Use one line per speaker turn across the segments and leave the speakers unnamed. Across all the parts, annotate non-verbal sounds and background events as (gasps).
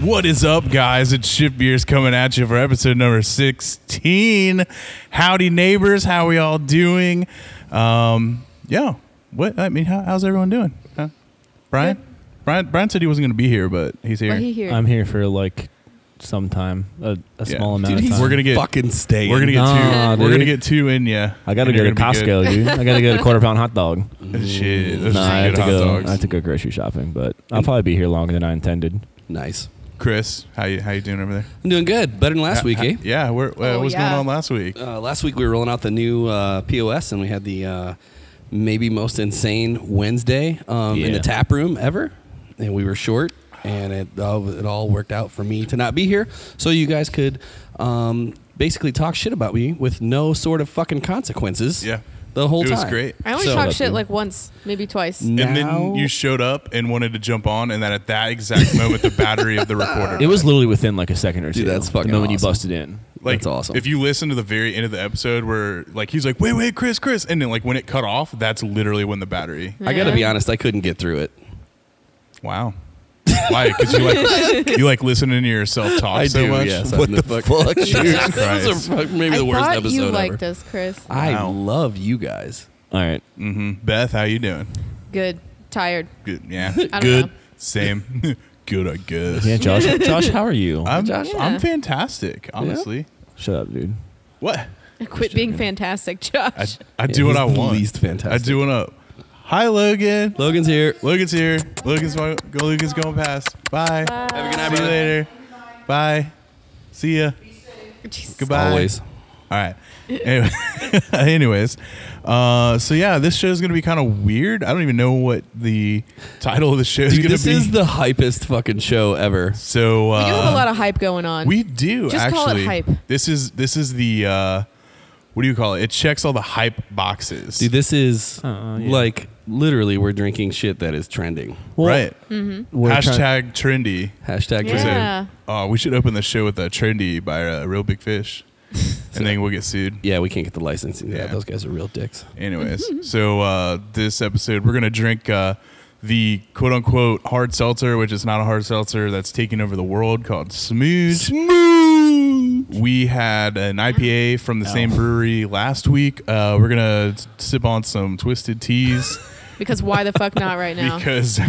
What is up, guys? It's Shift Beers coming at you for episode number 16. Howdy, neighbors. How we all doing? Um, yeah. What? I mean, how, how's everyone doing? Huh? Brian? Brian? Brian said he wasn't going to be here, but he's here.
But he here.
I'm here for like some time, a, a
Yeah.
small amount
Dude,
of
he's-
time.
We're gonna get-
fucking stay.
We're gonna get
Nah,
two. We're gonna
dude.
get two in ya.
I gotta
and
go
you're
to
gonna be good.
Costco, dude. I gotta go to quarter pound hot dog.
Shit, (laughs) those
Nah, I
are
have
good
to
hot
go.
dogs. Mm.
I have to go grocery shopping, but I'll probably be here longer than I intended.
nice.
Chris, how you how you doing over there?
I'm doing good, better than last
Ha-
week,
ha-
eh?
Yeah, where, uh,
Oh,
what's
yeah.
going on last week?
Uh, last week we were rolling out the new uh, POS, and we had the uh, maybe most insane Wednesday um, in
Yeah.
the tap room ever, and we were short, and it uh, it all worked out for me to not be here, so you guys could um, basically talk shit about me with no sort of fucking consequences.
Yeah.
the whole
It
time.
was great.
I only
So-
talked shit like once, maybe twice.
N-
And then
Now-
you showed up and wanted to jump on, and then at that exact moment, the battery of the recorder.
(laughs) It was literally within like a second or two.
that's fucking
The moment
awesome.
you busted in.
like
that's awesome.
If you listen to the very end of the episode, where like he's like, "Wait, wait, Chris, Chris," and then like when it cut off, that's literally when the battery.
Mm-hmm.
I gotta be honest, I couldn't get through it.
Wow. Why? Because you like
(laughs)
you like listening to yourself talk
I
so
do,
much.
yes.
What
I'm
the
the
fuck?
fuck? (laughs)
Jesus
This
Christ.
is a- maybe
I
the worst
thought
episode
you
ever.
liked us, Chris.
I
Wow.
love you guys.
All right.
Mhm. Beth, how you doing?
Good. Tired.
Good. Yeah.
I don't
Good.
know.
Same. (laughs) Good, I guess.
Yeah,
(laughs)
Josh. Josh, how are you?
I'm
Josh?
I'm
Yeah.
fantastic, honestly.
Shut up, dude.
What?
Quit being fantastic, Josh.
I, I do what
he's
I
the
want.
least fantastic.
I do what I. Hi, Logan.
Logan's here.
Logan's here. Logan's go. Logan's going past. Bye.
Have a good
See you later. Bye. See ya.
(laughs) Jesus.
Goodbye.
Always.
All right. Anyway, (laughs) anyways, uh, so yeah, this show is gonna be kind of weird. I don't even know what the title of the show is
Dude,
gonna
this
be.
is the hypest fucking show ever.
so uh,
We do have a lot of hype going on.
We do
Just
actually.
call it hype.
This is this is the uh, what do you call it? It checks all the hype boxes.
Dude, this is
Uh, yeah.
like literally we're drinking shit that is trending.
right.
We're trying-
Hashtag trendy.
Hashtag
Yeah.
trending.
Uh, we should open the show with a trendy by uh, Real Big Fish, and then we'll get sued.
Yeah, we can't get the licensing. Yeah,
Yeah.
those guys are real dicks.
Anyways, so uh, this episode, we're going to drink uh, the quote unquote hard seltzer, which is not a hard seltzer that's taking over the world called Smooth. Smooth. We had an IPA from the same brewery last week. Uh, we're going to sip on some twisted teas
(laughs) Because why the fuck
(laughs)
not right now?
because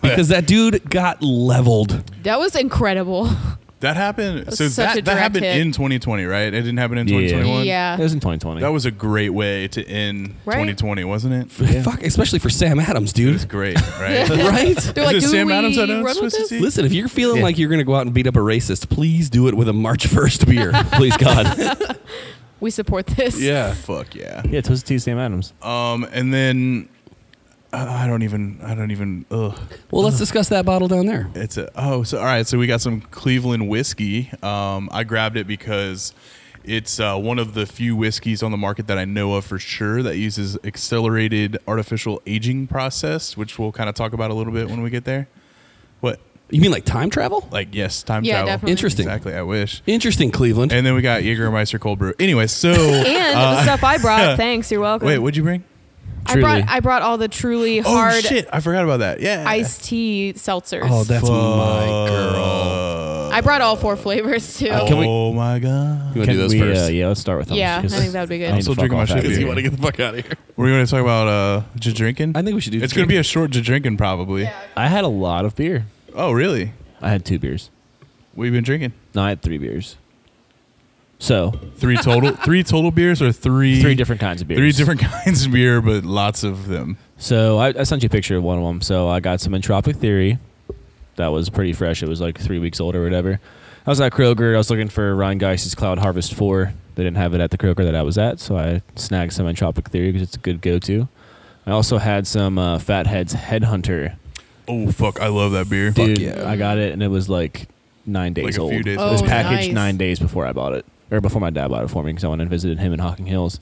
Because that dude got leveled.
that
(laughs)
was incredible.
that happened.
was
so
such a
that, that
direct
happened
hit.
in 2020, right? It didn't happen in
Yeah.
2021.
yeah.
It was in 2020.
That was a great way to end
Right?
2020, wasn't it?
Fuck, especially for Sam Adams,
It
dude.
was great,
(laughs)
right?
(laughs) right?
They're like,
Is it
do
Sam
we
Adams that owns
run with
Twisted
this?
Tea?
Listen, if you're feeling
Yeah.
like you're going to go out and beat up a racist, please do it with a March 1st (laughs) beer.
please God.
We support this.
yeah. Fuck yeah.
yeah, Twisted Tea, Sam Adams.
Um, and then uh, I don't even. I don't even. Ugh.
well, let's discuss that bottle down there.
It's a. Oh, so all right. So we got some Cleveland whiskey. Um, I grabbed it because it's uh, one of the few whiskeys on the market that I know of for sure that uses accelerated artificial aging process, which we'll kind of talk about a little bit when we get there. What?
You mean like time travel?
Like yes, time
Yeah,
travel.
definitely.
Interesting.
Exactly. I wish.
Interesting, Cleveland.
And then we got Jägermeister cold brew. Anyway, so
(laughs) And the stuff
(laughs)
I brought. Thanks. You're welcome.
Uh, wait, what'd you bring?
I brought
Truly.
I brought all the truly
oh
hard
shit! I forgot about that. Yeah.
iced tea seltzers.
oh, that's my
Fuck.
girl.
I brought all four flavors too.
Can we-
oh my god.
You want to do those
we,
first?
Uh, yeah, let's start with those.
Yeah, I
'cause
think that would be good.
I need
I'm
to
still
fuck
drinking my
off
shit
after
because you
you.
wanna
the fuck out of here.
We're going to talk about uh j- drinking.
I think we should do.
it's going to be a short j- drinking probably.
I had a lot of beer.
Oh, really?
I had two beers.
We've been drinking
No, I had three beers. So
three
(laughs)
total three total beers or three
three different kinds of beers.
three different (laughs) kinds of beer but lots of them.
So I, I sent you a picture of one of them. So I got some Entropic Theory. That was pretty fresh. It was like three weeks old or whatever. I was at Kroger. I was looking for Ryan Geist's Cloud Harvest 4. They didn't have it at the Kroger that I was at. So I snagged some Entropic Theory because it's a good go to. I also had some uh, Fathead's Headhunter.
Oh fuck, I love that beer.
Dude,
yeah.
I got it and it was like nine days
Like a few
old.
days
Oh,
it was
old.
packaged
nice.
nine days before I bought it, or before my dad bought it for me because I went and visited him in Hocking Hills.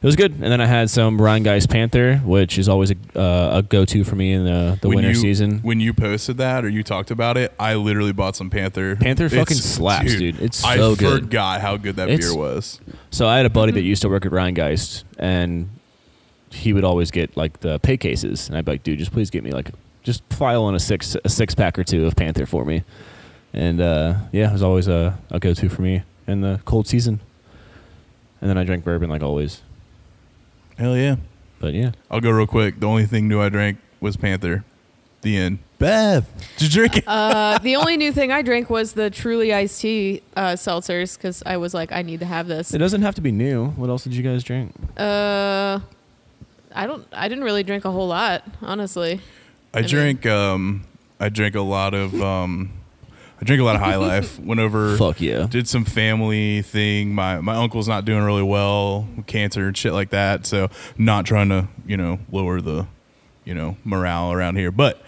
It was good, and then I had some Ryan Guy's Panther, which is always a, uh, a go-to for me in the, the
When
winter
you-
season.
When you posted that or you talked about it, I literally bought some Panther.
Panther fucking slaps, dude. It's so
I
good.
forgot how good that
It's-
beer was.
So I had a
Mm-hmm.
buddy that used to work at Ryan Geist, and he would always get like the pay cases, and I'd be like, "Dude, just please get me like just file on a six a six pack or two of Panther for me." And uh, yeah, it was always a, a go to for me in the cold season. And then I drank bourbon like always.
Hell yeah.
But yeah.
I'll go real quick. The only thing new I drank was Panther. The end. Beth, did you drink it?
Uh, the only new thing I drank was the Truly iced tea uh, seltzers because I was like, I need to have this.
It doesn't have to be new. What else did you guys drink?
Uh, I don't. I didn't really drink a whole lot, honestly.
I drank. Um, I drank a lot of. Um, I drink a lot of High Life. Went over.
Fuck yeah.
Did some family thing. My my uncle's not doing really well, with cancer and shit like that. So not trying to you know lower the, you know morale around here, but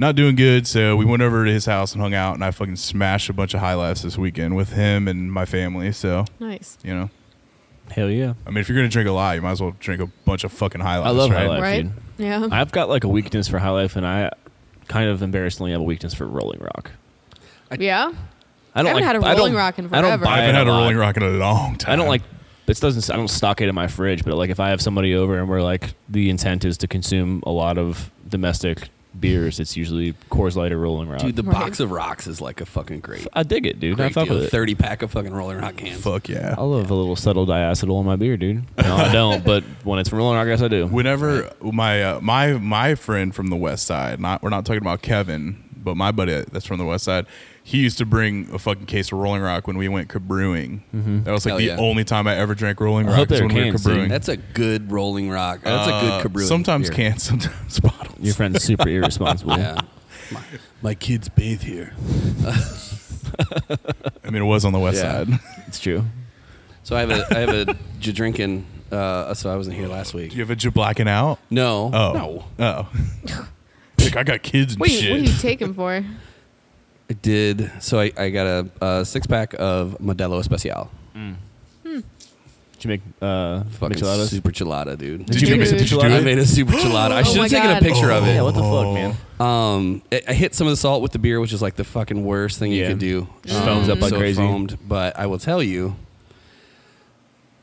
not doing good. So we went over to his house and hung out, and I fucking smashed a bunch of High Lifes this weekend with him and my family. So
Nice.
you know,
Hell yeah.
I mean, if you're gonna drink a lot, you might as well drink a bunch of fucking High Lifes.
I love High
right?
Life.
Right?
dude.
Yeah.
I've got like a weakness for High Life, and I kind of embarrassingly have a weakness for Rolling Rock.
yeah.
I don't
I haven't
like,
had a
I don't-
Rolling Rock in
I don't
forever.
buy
I
it
haven't had a
lot.
Rolling Rock in a long time.
I don't like. This doesn't. I don't stock it in my fridge, but like if I have somebody over and we're like the intent is to consume a lot of domestic beers, it's usually Coors Light or Rolling Rock.
Dude, the
Right.
box of rocks is like a fucking great.
I dig it, dude. I
great
fuck
deal.
with it.
Thirty pack of fucking Rolling Rock cans.
Fuck yeah.
I love a little subtle diacetyl in my beer, dude. No, I don't, but when it's from Rolling Rock, I guess I do.
Whenever my uh, my my friend from the West Side, not we're not talking about Kevin, but my buddy that's from the West Side, he used to bring a fucking case of Rolling Rock when we went brewing. That was like
Hell
the
yeah.
only time I ever drank Rolling
I
Rock
hope
was
they're
when we were
cans, dude.
brewing.
That's a good Rolling Rock. That's a good Cabrew.
Uh, Sometimes cans, (laughs) sometimes bottles.
Your friend's super irresponsible.
(laughs)
(laughs) Yeah. My, my kids bathe here.
I mean, it was on the West
Yeah.
Side. (laughs)
It's true.
So I have a I have a (laughs) j- drinking. Uh, so I wasn't here last week.
Do you have a j- blacking out?
No.
Oh,
No.
oh. Like, I got kids and
What do you,
shit.
what do you take him for?
I did. So I, I got a, a six pack of Modelo Especial.
Did you make uh,
Fucking
micheladas?
super gelada, dude.
Did you
Dude.
make- did you do
I
it?
made a super gelada.
(gasps)
I
Oh
should have
my
taken a
God.
picture
Oh.
of it.
Yeah, what the fuck, man?
Um, it, I hit some of the salt with the beer, which is like the fucking worst thing you
Yeah.
could do.
Just
Um,
foams up like
so it
crazy.
Foamed, but I will tell you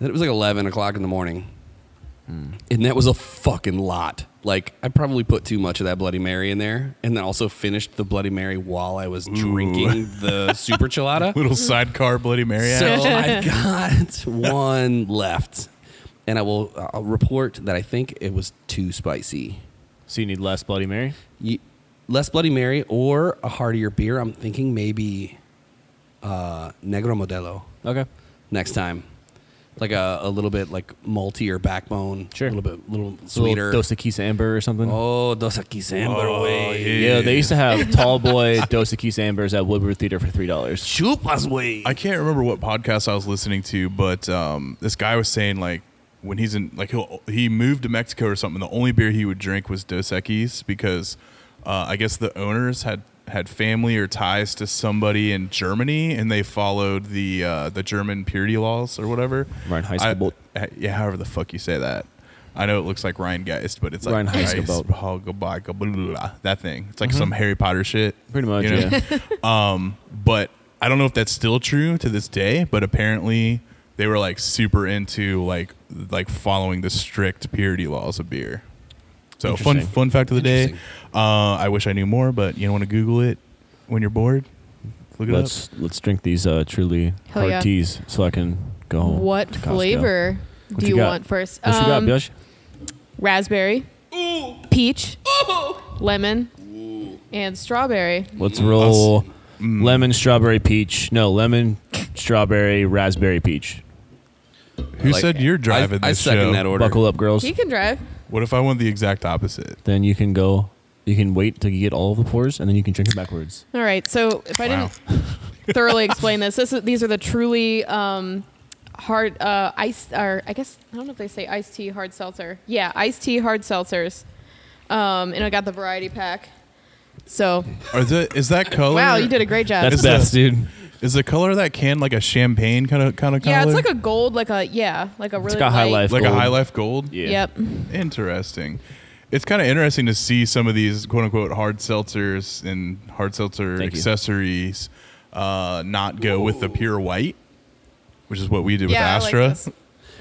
that it was like eleven o'clock in the morning, and that was a fucking lot. Like I probably put too much of that Bloody Mary in there, and then also finished the Bloody Mary while I was drinking the super
(laughs)
chilada.
Little sidecar Bloody Mary.
So
act?
I've got one left, and I will uh, I'll report that I think it was too spicy.
So you need less Bloody Mary?
Ye- less Bloody Mary or a heartier beer. I'm thinking maybe uh, Negro Modelo
Okay.
next time, like a, a little bit like maltier backbone,
Sure.
a little bit little
Sweeter.
sweeter.
Little Dos Equis Amber or something.
oh, Dos Equis Amber
Oh,
way,
yeah.
Yeah, they used to have Tall
(laughs)
Boy Dos Equis Ambers at Woodward Theater for three dollars.
chupas way.
I can't remember what podcast I was listening to, but um, this guy was saying like when he's in like he'll, he moved to Mexico or something, the only beer he would drink was Dos Equis because uh, I guess the owners had had family or ties to somebody in Germany and they followed the uh, the German purity laws or whatever.
Reinheitsgebot.
I- yeah, however the fuck you say that. I know it looks like Rheingeist, but it's like
Reinheitsgebot.
Reinheitsgebot, that thing. It's like some Harry Potter shit.
Pretty much, yeah.
(laughs) Um, but I don't know if that's still true to this day. But apparently, they were like super into like like following the strict purity laws of beer. So fun
Interesting.
fun fact of the day.
Interesting.
Uh, I wish I knew more, but you don't want to Google it when you're bored. Look it up.
Let's let's drink these uh, truly
Hell
hard
yeah.
teas so I can go home.
What
to Costco.
flavor
What
do
you
you,
got?
want first? Um,
What you got, Bish?
raspberry, peach, lemon, and strawberry.
Let's roll lemon, strawberry, peach. No, lemon, strawberry, raspberry, peach.
Who said you're driving
I,
this
I second
show?
that order.
Buckle up, girls.
He can drive.
What if I want the exact opposite?
Then you can go. You can wait till you get all of the pours, and then you can drink it backwards.
All right. So if I
Wow.
didn't thoroughly explain this, this is, these are the truly um, hard uh, ice, or I guess I don't know if they say iced tea hard seltzer. Yeah, iced tea hard seltzers. Um, and I got the variety pack. So
Or is, it, is that color?
(laughs) wow, you did a great job.
That's
Is that-
best, dude.
Is the color of that can like a champagne kind of kind of color?
yeah, it's like a gold, like a yeah, like a really
got high
light-
life.
like a
gold.
high life gold.
Yeah.
Yep.
Interesting. It's kind of interesting to see some of these quote unquote hard seltzers and hard seltzer
Thank you.
accessories uh, not go with the pure white, which is what we did
Yeah, I
with
like
Astra.
this.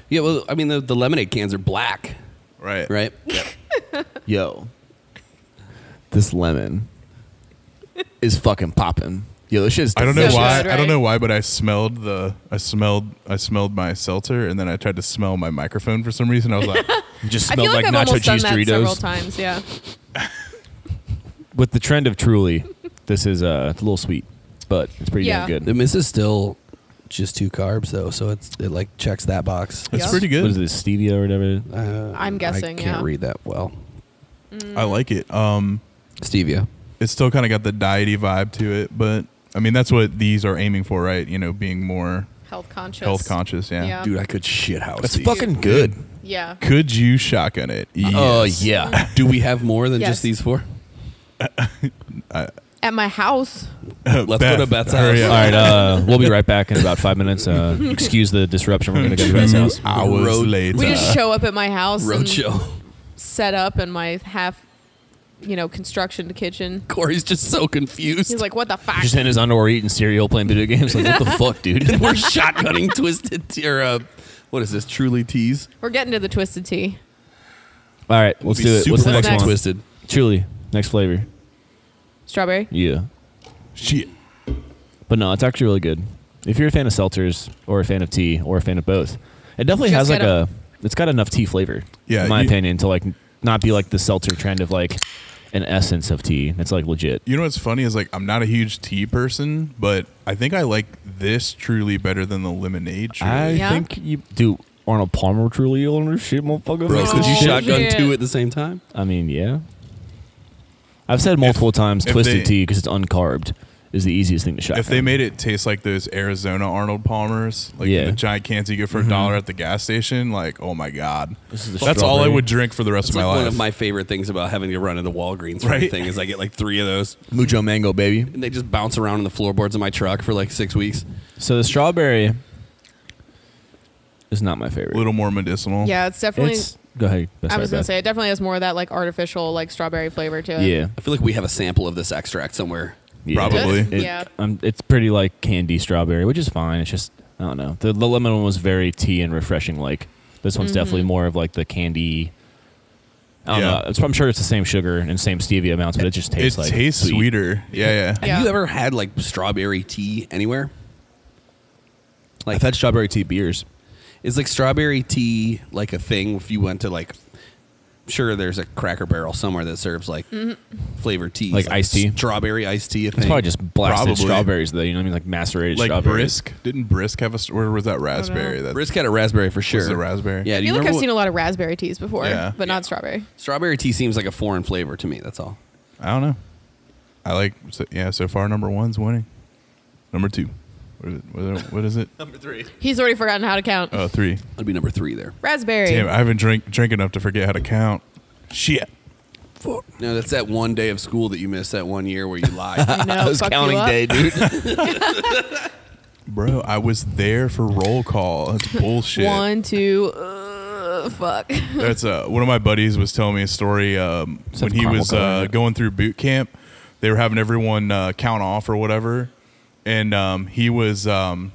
Yeah, well, I mean the, the lemonade cans are black,
right. (laughs)
right?
Yo, this lemon is fucking popping.
Yo, this shit's.
I don't know
So
why.
good,
I don't
right?
know why, but I smelled the. I smelled. I smelled my seltzer, and then I tried to smell my microphone for some reason. I was
(laughs)
like,
It just
I feel
smelled
like,
like,
I've
nacho
almost done
cheese
that several
Doritos.
times. Yeah.
With the trend of Truly, this is uh, it's a little sweet, but it's pretty
Yeah.
damn good.
The miss is still just two carbs though, so it's it like checks that box.
"That's
Yeah.
pretty
What is
good.
this stevia or whatever?
Uh,
I'm guessing,
I can't
yeah.
read that well.
I like it." Um,
Stevia.
it's still kind of got the diety vibe to it, but I mean that's what these are aiming for, right? You know, being more
Health conscious.
health conscious. Yeah.
Yeah.
Dude, I could shit house.
That's
these.
fucking good.
Yeah.
Could you shotgun it?
Oh
Yes.
(laughs)
yeah. Do we have more than
Yes.
just these four?
At my house.
Let's go to Beth's
hurry
house.
up.
All right, uh, we'll be right back in about five minutes. Uh, excuse the disruption. We're gonna go to Beth's
Two (laughs)
house.
hours
Road-
later.
We just show up at my house and
Roadshow. (laughs)
set up in my half, you know, construction kitchen.
Corey's just so confused.
He's like, "What the fuck?"
Just in his underwear, eating cereal, playing video games.
(laughs)
(laughs)
Like what the fuck, dude?
we're shotgunning twisted tea or uh, what is this? Truly teas.
We're getting to the twisted tea.
All right, let's
Be
do it.
super
What's the
fucking
next one?
Twisted.
Truly, next flavor.
Strawberry.
Yeah,
Shit.
but no, it's actually really good. If you're a fan of seltzers or a fan of tea or a fan of both, it definitely
Just
has like
get
a. It's got enough tea flavor.
Yeah,
in my
you-
opinion, to like not be like the seltzer trend of like an essence of tea. It's like legit.
You know what's funny is like I'm not a huge tea person, but I think I like this truly better than the lemonade. Truly.
I
Yeah.
think you do Arnold Palmer truly on this shit, motherfucker.
Bro,
Oh,
could you shotgun
shit.
two at the same time?
I mean, yeah. I've said multiple times
if
twisted
they-
tea because it's uncarbed is the easiest thing to shotgun.
if they made it taste like those Arizona Arnold Palmers, like
Yeah.
the giant cans you get
Mm-hmm.
for a dollar at the gas station, like oh my god,
This is the
that's all I
strawberry.
would drink for the rest of
It's like
my
one
life.
of my favorite things about having to run into Walgreens for
Right.
anything is I get like three of those
Mujo mango, baby.
and they just bounce around on the floorboards of my truck for like six weeks.
So the strawberry is not my favorite.
a little more medicinal.
Yeah, it's definitely.
it's go ahead.
I
sorry,
was gonna
Beth.
say it definitely has more of that like artificial like strawberry flavor to it.
yeah,
I feel like we have a sample of this extract somewhere.
yeah.
Probably.
It-
Yeah.
um, it's pretty like candy strawberry, which is fine. It's just I don't know. The, the lemon one was very tea and refreshing. Like this one's definitely more of like the candy. I don't
Yeah.
know. It's- I'm sure it's the same sugar and same stevia amounts, but it just
it
tastes like
tastes
sweet.
sweeter. Yeah, yeah.
Yeah.
Have you ever had like strawberry tea anywhere? Like
I've had strawberry tea beers.
Is like strawberry tea like a thing if you went to like sure there's a cracker barrel somewhere that serves like
Mm-hmm.
flavored tea.
Like iced tea?
Strawberry iced tea a thing.
It's probably just blasted
Probably.
strawberries, though. You know what I mean? Like macerated
Like
strawberries.
brisk, didn't brisk have a st- or was that raspberry? That
brisk had a raspberry for sure.
it a raspberry?
Yeah,
I feel
do you
like
remember
I've
what-
seen a lot of raspberry teas before,
Yeah.
but
Yeah.
not strawberry.
strawberry tea seems like a foreign flavor to me, that's all.
I don't know. I like so, yeah. So far, number one's winning. Number two, what is it? What is it? What is it?
Number three.
He's already forgotten how to count.
Uh, three.
That'd be number three there.
raspberry.
Damn, I haven't drink drink enough to forget how to count. Shit.
No, that's that one day of school that you missed that one year where you lied.
(laughs) You know, fuck you up.
dude.
Bro, I was there for roll call. That's bullshit.
One, two, uh, fuck. (laughs)
That's uh, one of my buddies was telling me a story um, when
Sounds
he
caramel
was
colored,
uh,
right?
going through boot camp. They were having everyone uh, count off or whatever, and um, he was um,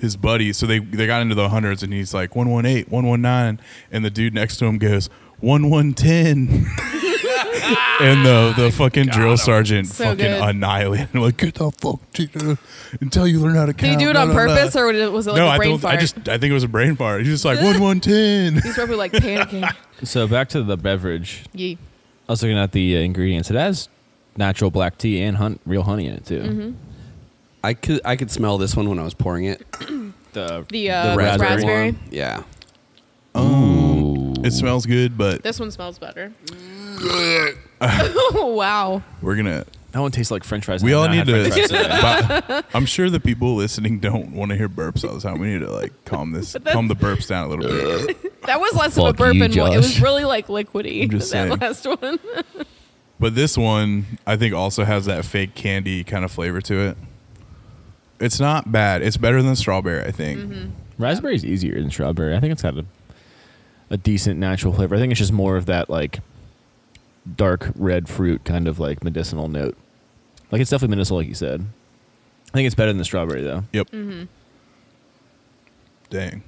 his buddy. So they they got into the hundreds, and he's like one one eight, one one nine, and the dude next to him goes one one ten. (laughs) And the, the fucking drill sergeant
So
fucking
good.
annihilated him. Like, get the fuck to until you learn how to count.
Did he do it
blah,
on
blah, blah."
purpose or was it- was it like
no,
a
I
brain
don't.
fart?
I just I think it was a brain fart. He's
(laughs)
just like one one ten.
He's probably like panicking.
so back to the beverage.
Yee.
I was looking at the uh, ingredients. It has natural black tea and hun- real honey in it too.
I could I could smell this one when I was pouring it.
The,
Uh, The, uh, raspberry.
one. Yeah.
It smells good, but
This one smells better. (laughs) wow.
we're gonna.
that one tastes like French fries.
We
I've
all
not
need
had French fries today.
to. (laughs) but I'm sure the people listening don't want to hear burps all the time. We need to like calm this, calm the burps down a little bit.
That was less of a
Fuck
burp
you,
and more. It was
Josh.
really like liquidy.
I'm just
that
saying.
last one.
But this one, I think, also has that fake candy kind of flavor to it. It's not bad. It's better than strawberry, I think.
Mm-hmm.
Raspberry's easier than strawberry. I think it's got a, a decent natural flavor. I think it's just more of that like dark red fruit kind of like medicinal note. Like it's definitely medicinal, like you said. I think it's better than the strawberry though.
Yep.
Mm-hmm.
Dang.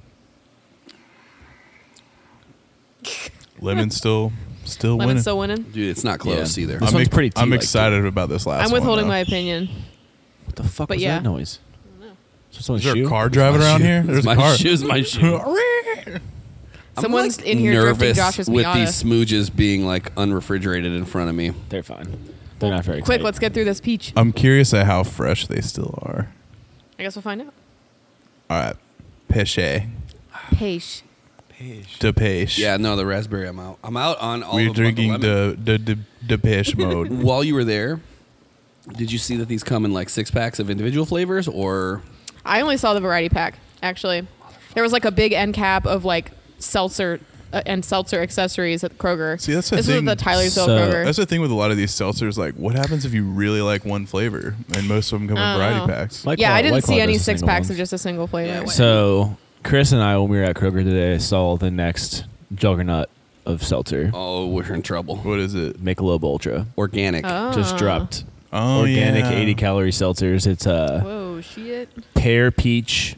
Lemon still, still winning.
Lemon's still winning.
Dude, it's not close
Yeah.
either.
This one's pretty
I'm
tea-like,
excited about this last.
I'm withholding
one,
my
though.
opinion.
the fuck
But
was
yeah.
that noise? Is,
Is there a car driving around here? There's
my
a car.
shoes, my shoe. I'm,
Someone's
like,
in here drifting
nervous
Josh's
with
Miata.
these smooches being like unrefrigerated in front of me.
They're fine. They're not very
Quick,
tight.
let's get through this peach.
(laughs) I'm curious at how fresh they still are.
I guess we'll find out.
All right. Peche.
Peach.
De Peche.
Yeah, no, the raspberry. I'm out. I'm out on all.
We're
of
drinking
the.
the the the Depeche
(laughs)
mode.
While you were there, did you see that these come in like six packs of individual flavors, or
I only saw the variety pack actually. There was like a big end cap of like seltzer uh, and seltzer accessories at Kroger.
See, that's the
this
thing.
is at the Tylersville
So-
Kroger.
That's the thing with a lot of these seltzers. Like, what happens if you really like one flavor? And most of them come in
I don't
variety
know.
packs.
White
yeah,
Claw-
I didn't
White Claw
see any
does
six
single
packs
ones.
of just a single
Yeah,
flavor.
what-
So Chris and I, when we were at Kroger today, saw the next juggernaut of seltzer,
oh, we're in trouble?
what is it?
Michelob Ultra,
Organic.
Oh.
just dropped.
Oh,
Organic
yeah.
80 calorie seltzers. It's uh,
Whoa, shit.
pear peach.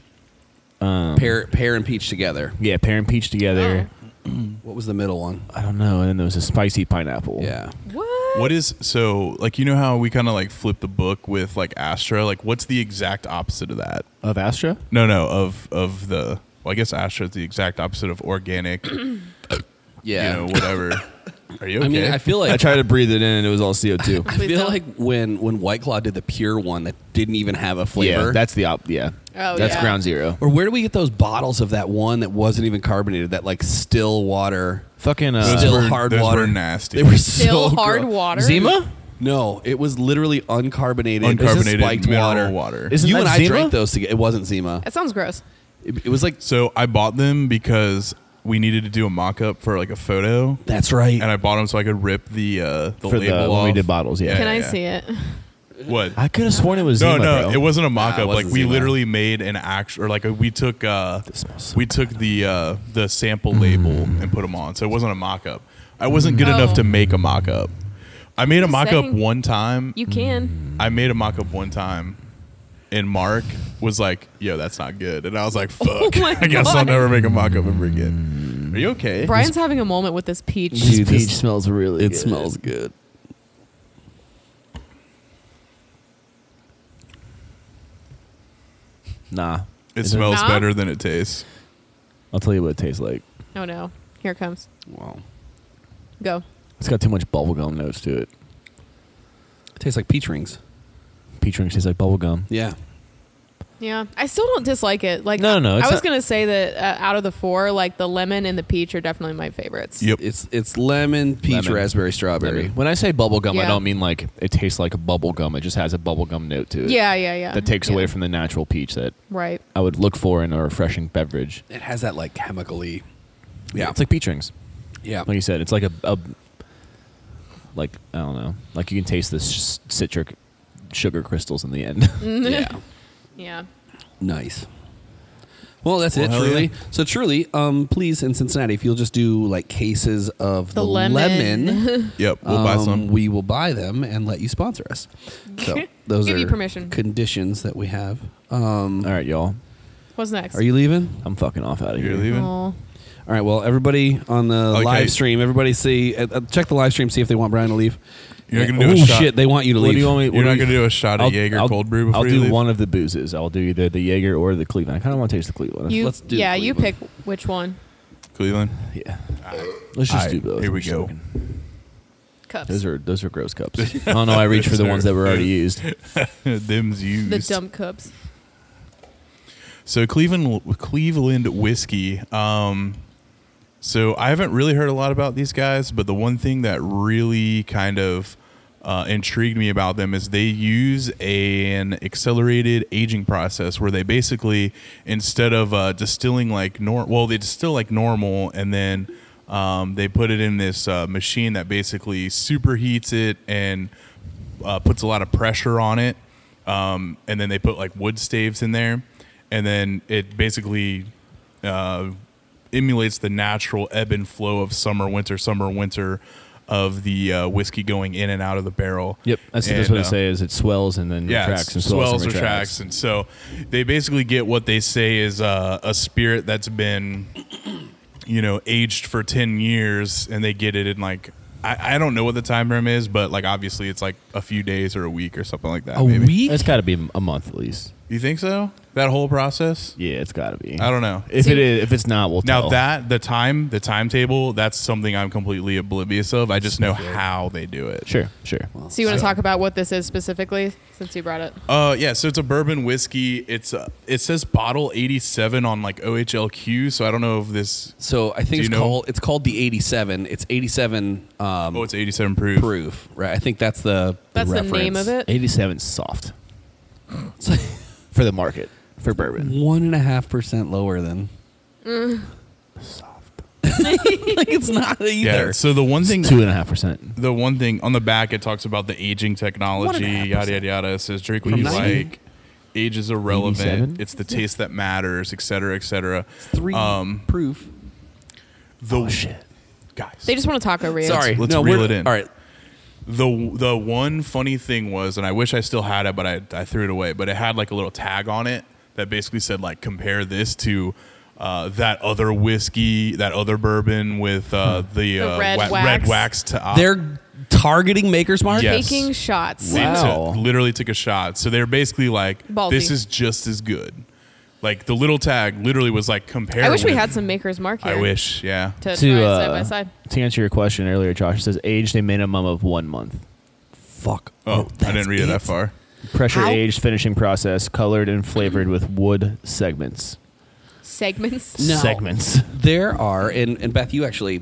Um,
Pear, pear and peach together.
Yeah, pear and peach together.
Oh. What was the middle one?
I don't know. And then there was a spicy pineapple.
Yeah.
What?
What is so like? You know how we kind of like flip the book with like Astra. Like, what's the exact opposite of that?
Of Oh, Astra?
No, no, of of the. Well, I guess Astra is the exact opposite of organic. You
Yeah.
know,
(laughs)
whatever. Are you okay?
I mean, I feel like
I tried to breathe it in and it was all
(laughs)
CO2.
I
Please
feel
don't.
like when when White Claw did the pure one that didn't even have a flavor.
Yeah, that's the op. Yeah.
Oh,
that's
yeah.
ground zero.
or where do we get those bottles of that one that wasn't even carbonated? That like still water,
Fucking uh,
still
were-
hard
those
water.
were nasty.
They were
Still
so
hard
gross.
water.
Zima?
No, it was literally uncarbonated,
Uncarbonated
It's just spiked
mineral
water.
water.
Isn't
you
that
and I
Zima?
drank those together. It wasn't Zima.
That sounds gross.
It, it was like
so I bought them because we needed to do a mock up for like a photo,
that's right.
and I bought them so I could rip the uh, the
For the-
label
when
off.
we did bottles, yeah.
Can I
yeah.
see it?
What?
I could have sworn it was
No,
Zima.
no,
bro.
it wasn't a mock
Nah, it
up. like
wasn't
we
Zima.
literally made an actual, or like a, we took uh,
This smells so
we took the uh, the sample
Mm.
label and put them on. So it wasn't a mock up. I wasn't good enough
Oh.
to make a mock up. I made a
Just
mock up
saying.
one time.
You can.
I made a mock up one time, and Mark was like, "Yo, that's not good," and I was like, "Fuck,
my
I guess I'll
God.
never make a mock up ever again." Are you okay?
Brian's having a moment with this peach.
This
Dude,
peach
this-
smells really
it
good.
smells good.
Nah.
It
Is it-
smells
Nah.
better than it tastes.
I'll tell you what it tastes like.
Oh no. Here it comes.
Wow.
Go.
It's got too much bubblegum notes to it.
It tastes like peach rings.
Peach rings taste like bubblegum.
Yeah.
Yeah, I still don't dislike it. Like,
No, no, no,
I
it's
was
not-
gonna say that uh, out of the four, like the lemon and the peach are definitely my favorites.
Yep.
It's it's lemon, peach,
Lemon.
raspberry, strawberry.
When I say bubblegum, I
Yeah.
don't mean like it tastes like a bubblegum. It just has a bubblegum note to it.
Yeah, yeah, yeah.
That takes
Yeah.
away from the natural peach that
right.
I would look for in a refreshing beverage.
It has that like chemically. Yeah.
It's like peach rings.
yeah.
Like you said, it's like a, a like I don't know. Like you can taste the s citric sugar crystals in the end. (laughs)
Mm-hmm.
yeah.
Yeah.
Nice. Well, that's
Well,
it,
hell
truly.
yeah.
So, truly, um, please, in Cincinnati, if you'll just do like cases of the,
The lemon. (laughs)
Yep, we'll buy
um,
some.
We will buy them and let you sponsor us. So,
(laughs)
those
Give
are
you permission.
conditions that we have. Um,
All right, y'all.
What's next?
Are you leaving?
I'm fucking off out of
You're
here.
leaving.
Aw.
All right. Well, everybody on the
Okay.
live stream, everybody see, uh, uh, check the live stream, see if they want Brian to leave.
You're not gonna
oh
do a shot.
shit! They want you to
What
leave.
do you want me?
You're
what
not
do you-
gonna do a shot of Jaeger cold brew before
I'll
you
do
leave?
one of the boozes. I'll do either the Jaeger or the Cleveland. I kind of want to taste the Cleveland.
You,
Let's do
yeah, you pick
Cleveland.
which one.
Cleveland. (laughs)
yeah. Let's just
All
do
right,
both.
here we
I'm just
go.
joking.
Cups.
Those are those are
(laughs)
gross cups. I don't know. I reach for the
Those
ones
are-
that were already used.
Them's used.
the dump cups.
So Cleveland Cleveland whiskey. Um, so I haven't really heard a lot about these guys, but the one thing that really kind of uh, intrigued me about them is they use an accelerated aging process where they basically instead of uh, distilling like nor well they distill like normal and then um, they put it in this uh, machine that basically superheats it and uh, puts a lot of pressure on it, um, and then they put like wood staves in there, and then it basically uh, emulates the natural ebb and flow of summer, winter, summer, winter of the uh, whiskey going in and out of the barrel.
Yep, that's, that's
And,
what I
uh,
say. Is it swells and then
yeah,
retracts
it's
and swells,
swells
and
or tracks, and so they basically get what they say is uh, a spirit that's been, you know, aged for ten years, and they get it in like I, I don't know what the time frame is, but like obviously it's like a few days or a week or something like that.
A
maybe.
week?
It's got to be a month at least.
You think so? That whole process?
Yeah, it's got to be.
I don't know.
If
See-
it is, if it's not, we'll
Now
tell.
that the time, the timetable, that's something I'm completely oblivious of. I just know how they do it.
sure, sure.
So you want to talk about what this is specifically, since you brought it?
Uh, yeah. So it's a bourbon whiskey. It's uh, it says bottle 87 on like OHLQ. So I don't know if this.
So I
Do
think
you
it's
know?
called it's called the 87. It's 87 um,
Oh, it's 87 proof.
proof, right? I think that's the
That's the name
reference.
of it.
87 soft (laughs) for the market for bourbon.
One and a half percent lower than
Mm.
soft. (laughs) like it's not either.
Yeah. So the one thing.
Two and a half percent.
The one thing on the back, it talks about the aging technology, yada yada yada. It says drink what
From
you
90?
like, age is irrelevant.
87?
It's the taste that matters, et cetera, et cetera.
Three
Um,
proof.
the shit, guys.
They just want to taco reels.
Sorry,
let's
no,
reel
we're-
it in.
All right,
the the one funny thing was, and I wish I still had it, but I I threw it away. But it had like a little tag on it that basically said like compare this to. Uh, that other whiskey, that other bourbon with uh, the, uh,
red
red
wax.
wax top.
they're targeting Maker's Mark.
Yeah. Uh, yes.
Taking shots.
They
Wow.
took- literally took a shot. So they're basically like,
Ballsy.
this is just as good. Like the little tag literally was like compare.
I wish we
with-
had some Maker's Mark here.
I wish, yeah.
To,
To,
try
uh,
side by side.
to answer your question earlier, Josh, it says aged a minimum of one month.
Fuck.
Oh, I
that's
didn't read it that far.
Pressure
How-
aged finishing process, colored and flavored with wood segments.
Segments.
No.
Segments.
There are, and, and Beth, you actually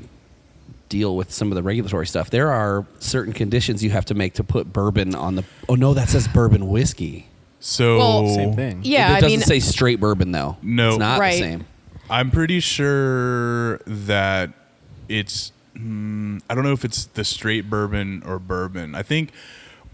deal with some of the regulatory stuff. There are certain conditions you have to make to put bourbon on the. Oh no, that says bourbon whiskey.
So
Well,
Same thing.
Yeah,
it
I
doesn't
mean,
say straight bourbon though.
No.
it's not
Right.
the same.
I'm pretty sure that it's. mm, I don't know if it's the straight bourbon or bourbon. I think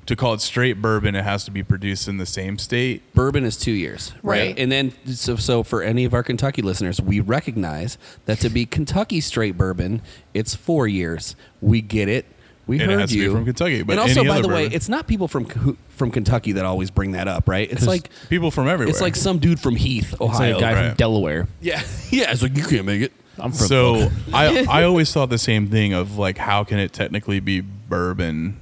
to call it straight bourbon, it has to be produced in the same state.
Bourbon is two years, right?
Right.
And then, so, so for any of our Kentucky listeners, we recognize that to be Kentucky straight bourbon, it's four years. We get it. We
And it
heard
has to be
you
from Kentucky, but
and also,
any
by
other
the way,
bourbon.
it's not people from who- from Kentucky that always bring that up, right? It's
'Cause
like
People from everywhere.
it's like some dude from Heath,
It's like
Ohio.
a guy
right.
from Delaware.
Yeah, yeah. It's like you can't make it.
I'm from
So I I always thought the same thing of like how can it technically be bourbon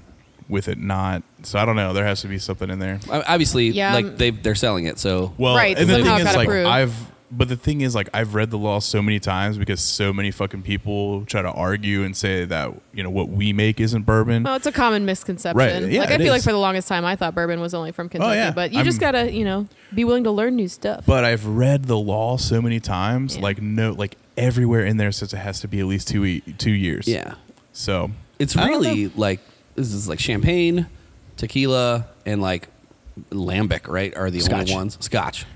with it not? So I don't know. There has to be something in there.
O- Obviously,
Yeah,
like
um,
they they're selling it, so
Well,
Right,
and the
somehow
thing
it
is
got
like
approved.
I've but the thing is like I've read the law so many times because so many fucking people try to argue and say that you know what we make isn't bourbon.
Well, it's a common misconception.
Right, yeah,
like I
it
feel like
is. Oh,
for the longest time, I thought bourbon was only from Kentucky.
yeah.
But you
I'm-
just gotta, you know, be willing to learn new stuff.
But I've read the law so many times,
Yeah.
like no, like everywhere in there says it has to be at least two e- two years.
yeah.
So
It's
I don't
really like this is like champagne, tequila, and like lambic, right? Are the
Scotch.
only ones Scotch.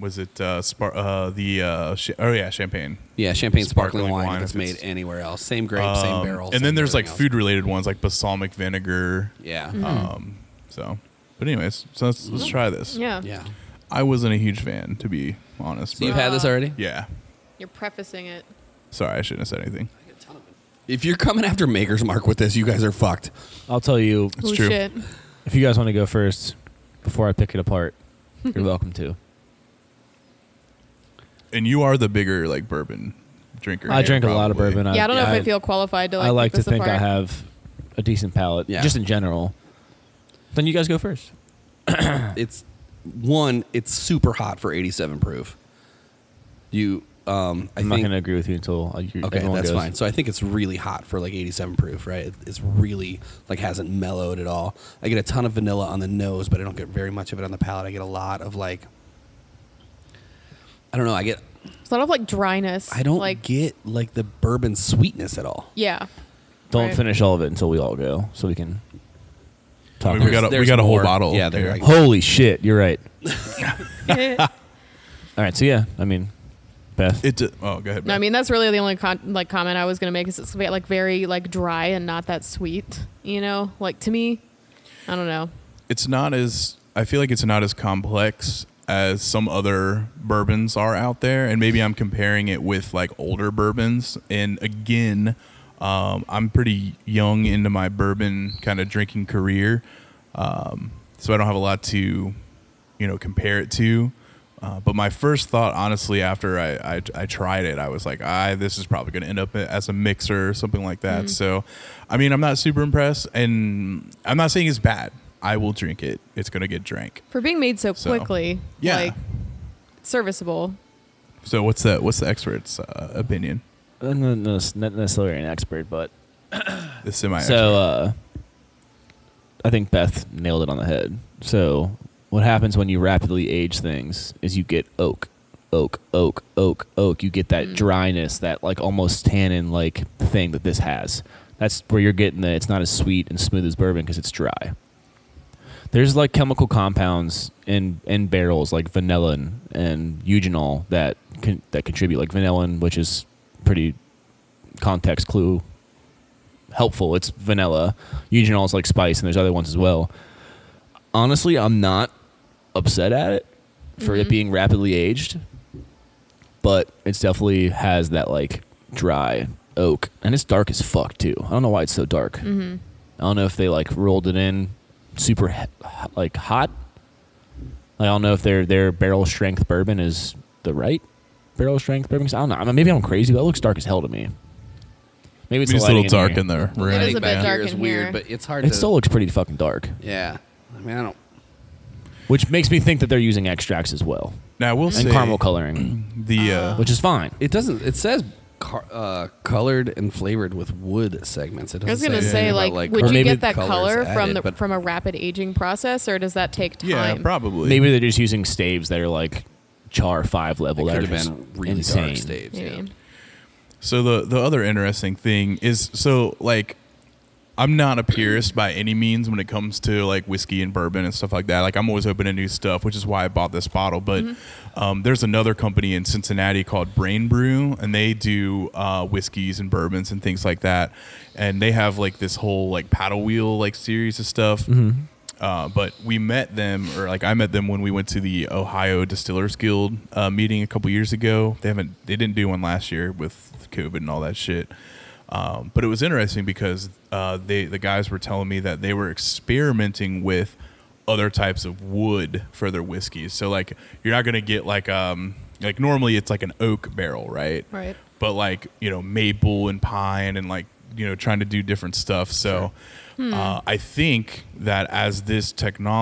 was it uh, spar- uh the uh sh- oh yeah champagne
Yeah, champagne
Sparkling
sparkling, wine,
wine,
that's
if it's-
made anywhere else. Same grape, same
Um,
barrel.
And
same
then there's like
everything
food related ones like balsamic vinegar.
else. Yeah, Hmm.
Um, so, but anyways, so let's, let's try this.
yeah.
yeah.
I wasn't a huge fan to be honest.
So you've
But
had this already.
yeah.
You're prefacing it.
Sorry, I shouldn't have said anything.
If you're coming after Maker's Mark with this, you guys are fucked.
I'll tell you
It's
Holy
true.
shit.
if you guys want to go first before I pick it (laughs) apart. You're welcome to.
And you are the bigger like bourbon drinker.
I
here,
drink a lot of
probably.
bourbon.
Yeah, I don't know if I feel qualified to like.
I like
pick
to
this
think I
apart.
have a decent palate,
Yeah.
just in general. Then you guys go first.
It's one. It's super hot for 87 proof. You, um, I
I'm not
think
going to agree with you until I, you,
Okay,
everyone
that's
goes.
fine. So I think it's really hot for like 87 proof, right? It- It's really like hasn't mellowed at all. I get a ton of vanilla on the nose, but I don't get very much of it on the palate. I get a lot of like I don't know, I get
It's a lot of like dryness.
I don't
like.
get like the bourbon sweetness at all.
(laughs)
yeah.
Don't
Right.
finish all of it until we all go, so we can talk.
mean, we
about
got
it.
a, we
there's
got a whole
more.
bottle.
Yeah, there
here.
I go.
Holy shit! You're right.
no,
All right, so yeah, I mean, Beth,
It. d- Oh, go ahead.
I
Matt.
mean that's really the only con- like comment I was gonna make is it's like very like dry and not that sweet. You know, like to me, I don't know.
it's not as I feel like it's not as complex as some other bourbons are out there, and maybe I'm comparing it with like older bourbons. And again, um, I'm pretty young into my bourbon kind of drinking career, um, so I don't have a lot to, you know, compare it to. Uh, but my first thought, honestly, after I, I, I tried it, I was like, I this is probably going to end up as a mixer or something like
Mm-hmm.
that. So, I mean, I'm not super impressed, and I'm not saying it's bad. I will drink it. It's going to get drank.
For being made so
So,
quickly,
yeah.
like serviceable.
So what's the what's the expert's uh, opinion?
I'm not nes- not necessarily an expert, but
The semi.
so uh, I think Beth nailed it on the head. So what happens when you rapidly age things is you get oak, oak, oak, oak, oak. You get that dryness, that like almost tannin like thing that this has. That's where you're getting the. It's not as sweet and smooth as bourbon because it's dry. There's like chemical compounds in in barrels like vanillin and eugenol that con- that contribute like vanillin, which is pretty context clue helpful. It's vanilla. Eugenol is like spice, and there's other ones as well. Honestly, I'm not upset at it for it being rapidly aged, but it definitely has that like dry oak, and it's dark as fuck too. I don't know why it's so dark. I don't know if they like rolled it in super he- like hot. I don't know if their their barrel strength bourbon is the right barrel strength bourbon. 'Cause I don't know. I mean, maybe I'm crazy, but it looks dark as hell to me. Maybe it's,
it's a
the
little
lighting
dark
here.
in there. room.
It is a
Lighting
bit
back here
dark
is
in
weird,
here.
but it's hard
It
to.
still looks pretty fucking dark,
yeah, I mean, I don't.
which makes me think that they're using extracts as well
now we'll
and
say
caramel coloring,
(clears throat) the uh,
Ah.
which is fine.
It doesn't. It says car, uh, colored and flavored with wood segments. It doesn't
I was gonna
anything
say,
about,
like,
or
would you
maybe
get that
colors
color from
added,
the,
but-
from a rapid aging process, or does that take time?
yeah, probably
Maybe they're just using staves that are like char five level.
It
That are
could
just
have been really
insane.
dark staves.
Maybe.
Yeah.
So the the other interesting thing is so like I'm not a purist by any means when it comes to like whiskey and bourbon and stuff like that. Like I'm always open to new stuff, which is why I bought this bottle. But um, there's another company in Cincinnati called Brain Brew, and they do uh, whiskeys and bourbons and things like that. And they have like this whole like paddle wheel like series of stuff. Uh, but we met them, or like I met them when we went to the Ohio Distillers Guild uh, meeting a couple years ago. They haven't, they didn't do one last year with COVID and all that shit. Um, but it was interesting because uh, they the guys were telling me that they were experimenting with other types of wood for their whiskeys. So like you're not gonna get like um like normally it's like an oak barrel, right?
Right.
But like you know maple and pine and like you know trying to do different stuff. So uh,
Hmm.
I think that as this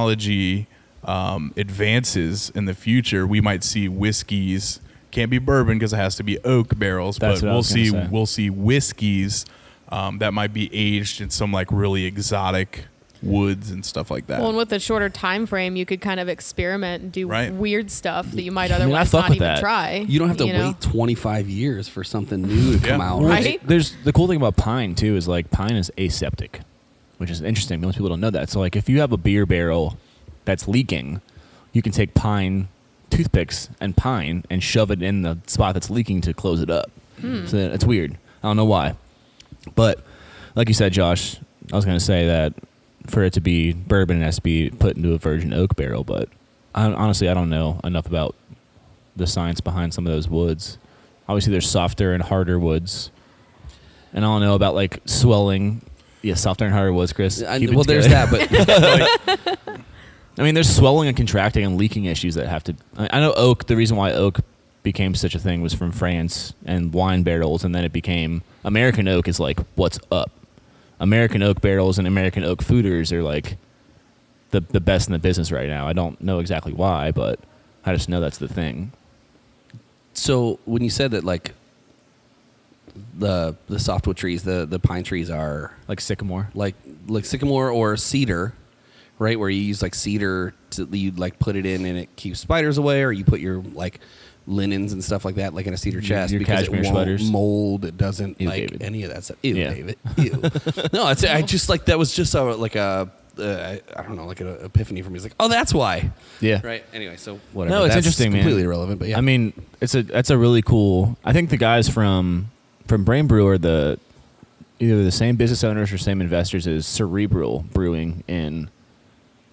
technology um, advances in the future, we might see whiskeys. Can't be bourbon because it has to be oak barrels,
That's
but
what I
we'll
was gonna
see
say.
we'll see whiskeys um, that might be aged in some like really exotic woods and stuff like that.
Well, and with a shorter time frame, you could kind of experiment and do
Right.
weird stuff that you might
I mean, I
otherwise
fuck
not
with
even
that.
try.
You don't have to
know?
wait 25 years for something new to
Yeah.
come out.
Well,
Right?
it's- There's the cool thing about pine too is like pine is aseptic, which is interesting. Most people don't know that. So like if you have a beer barrel that's leaking, you can take pine toothpicks and pine and shove it in the spot that's leaking to close it up. So it's weird. I don't know why, but like you said, Josh, I was gonna say that for it to be bourbon, it has to be put into a virgin oak barrel. But I, honestly, I don't know enough about the science behind some of those woods. Obviously, there's softer and harder woods, and I don't know about like swelling. Yeah, softer and harder woods, Chris.
I,
Keep it
well, there's
together.
that, but
(laughs) I mean, there's swelling and contracting and leaking issues that have to. I, I know oak. The reason why oak became such a thing was from France and wine barrels, and then it became American oak is like what's up. American oak barrels and American oak fooders are like the the best in the business right now. I don't know exactly why, but I just know that's the thing.
so when you said that, like the the softwood trees, the the pine trees are
Like sycamore.
like like sycamore or cedar, right? Where you use like cedar to you like put it in and it keeps spiders away, or you put your like linens and stuff like that, like in a cedar chest
your
because it
cashmere
won't
sweaters.
mold. It doesn't
Ew,
like
David.
any of that stuff. Ew,
Yeah.
David.
(laughs)
Ew. no, it's, I just like that was just a, like a uh, I, I don't know like an epiphany for me. It's like oh, that's why.
Yeah.
Right. Anyway, so whatever.
No, it's
That's
interesting, man.
Completely irrelevant, but yeah.
I mean, it's a that's a really cool. I think the guys from from Brain Brew are the either the same business owners or same investors as Cerebral Brewing in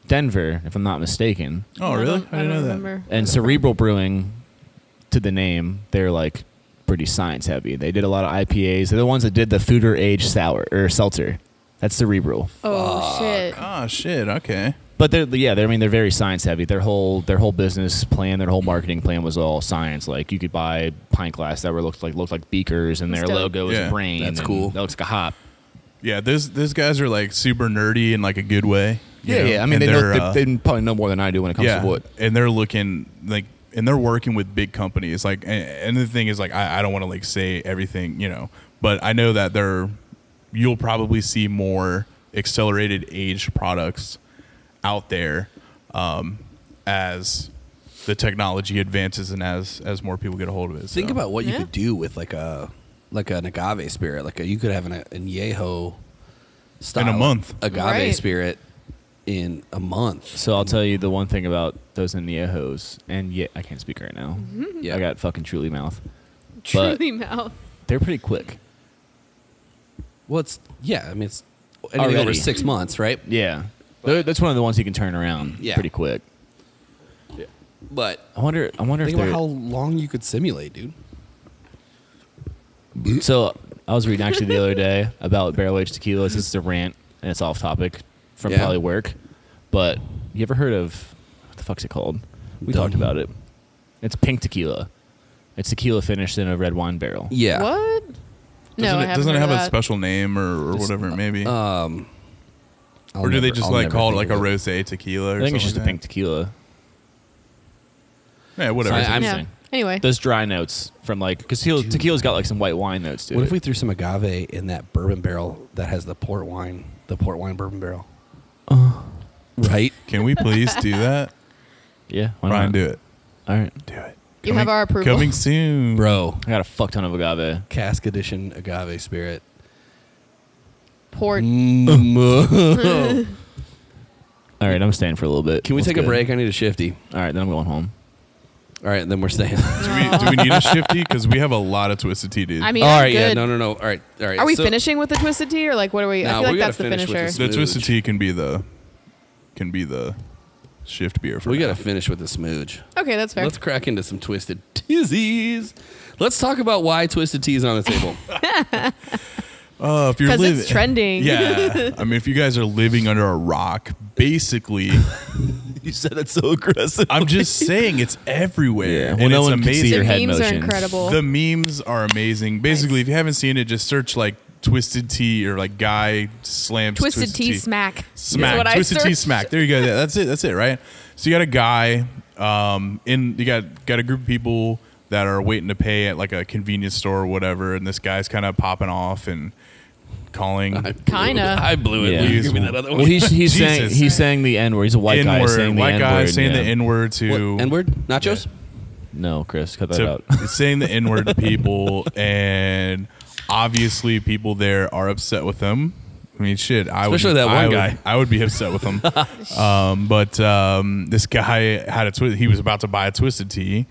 Denver, if I'm not mistaken.
oh,
I
really?
don't, I don't remember.
And Cerebral Brewing, to the name, they're like pretty science heavy. They did a lot of IPAs. They're the ones that did the Fooder Age Sour or Seltzer. That's Cerebral.
Oh shit!
Ah, shit. Okay.
But they're yeah, they're, I mean they're very science heavy. Their whole their whole business plan, their whole marketing plan was all science. Like you could buy pint glass that were looked like looked like beakers, and their
That's dope.
logo is
Yeah,
a brain.
that's
and
cool.
That looks like a hop.
Yeah, those those guys are like super nerdy in like a good way. you know?
I mean
And
they, know,
they're,
they,
uh,
they probably know more than I do when it comes to wood.
and they're looking like and they're working with big companies like and, and the thing is like i, I don't want to like say everything you know but i know that they're you'll probably see more accelerated aged products out there um, as the technology advances and as as more people get a hold of it
Think
so.
about what you
Yeah.
could do with like a like an agave spirit. Like a, you could have an, an yeho style
month.
agave
Right.
spirit in a month.
So I'll tell you the one thing about those Niehos, and yeah, I can't speak right now.
Mm-hmm.
Yeah.
I got fucking truly mouth. But-
Truly mouth.
They're pretty quick.
Well, it's yeah. I mean, it's anything over
Already.
six months, right?
Yeah, Tho- that's one of the ones you can turn around
Yeah.
pretty quick.
But
I wonder. I wonder
think
if
about
they're,
how long you could simulate, dude.
So I was reading actually the other day about barrel aged tequilas. This is a rant and it's off topic from
Yeah.
probably work. But you ever heard of what the fuck's it called? We
Dumb.
talked about it. It's pink tequila. It's tequila finished in a red wine barrel.
Yeah.
What? No,
doesn't
I
it,
haven't
doesn't it
heard
have
of
a
that.
special name or, or whatever it may be
Um. I'll
or do they
never-
just
I'll
like
never
call it like
think
a
of
rose tequila or
I think it's
something
just a
like
pink
that?
tequila.
yeah whatever
So I- I'm
Yeah.
saying.
Anyway,
Those dry notes from like because tequila, tequila's got like some white wine notes to
What
it.
if we threw some agave in that bourbon barrel that has the port wine, the port wine bourbon barrel? Uh-huh. right?
can we please do
(laughs)
that
yeah, why
ryan
not?
do it
All right,
do it
You have our approval.
coming soon
Bro,
I got a fuck ton of agave.
cask edition agave spirit.
port. (laughs)
(laughs) Uh. Mm.
All right, I'm staying for a little bit.
Can we
What's
take
good?
a break? I need a shifty.
All right, then I'm going home.
All right, then
(laughs)
we're staying.
Do we, do we need a shifty? Because we have a lot of twisted tea, dude.
I mean,
all
I'm
right,
good.
yeah, no, no, no. All right, all right.
Are we
so-
finishing with the twisted tea or like what are we?
Nah,
I feel
we
like
gotta
that's the
finish with
finisher.
this.
the twisted
smooch.
tea can be the can be the shift beer for
We
now.
got to finish with the smooge.
Okay, that's fair.
Let's crack into some twisted tizzies. Let's talk about why twisted tea is on the table.
Oh, if you're
'Cause it's
living-
trending. (laughs)
Yeah, I mean, if you guys are living under a rock, basically,
(laughs) You said it so aggressive.
I'm
(laughs)
just saying it's everywhere.
Yeah, well,
and
no
it's
one can
amazing.
see your
the
head
memes are
motions.
incredible.
The memes are amazing. Basically, if you haven't seen it, just search like twisted tea or like guy slams
twisted, tea, smack. is
Smack.
what I
Twisted Tea
searched.
Smack. There you go. Yeah, that's it. That's it, right? So you got a guy um in you got got a group of people that are waiting to pay at like a convenience store or whatever and this guy's kind of popping off and calling
I blew-
Kinda.
I blew it.
Yeah.
Will you give me that other one?
Well, he's
(laughs)
he's saying
Jesus.
he's saying the N word. He's a (laughs) white guy saying
N-word,
the
white
N
guy
word.
saying the
yeah.
N word to
N word? Nachos?
No, Chris, cut that
to
out. (laughs)
(laughs) saying the N word to
(laughs)
people, and obviously people there are upset with him. I mean, shit. I
Especially
would,
that one
I would-
guy.
I would be upset with
(laughs)
him. um, but um, this guy had a twi- he was about to buy a twisted tea,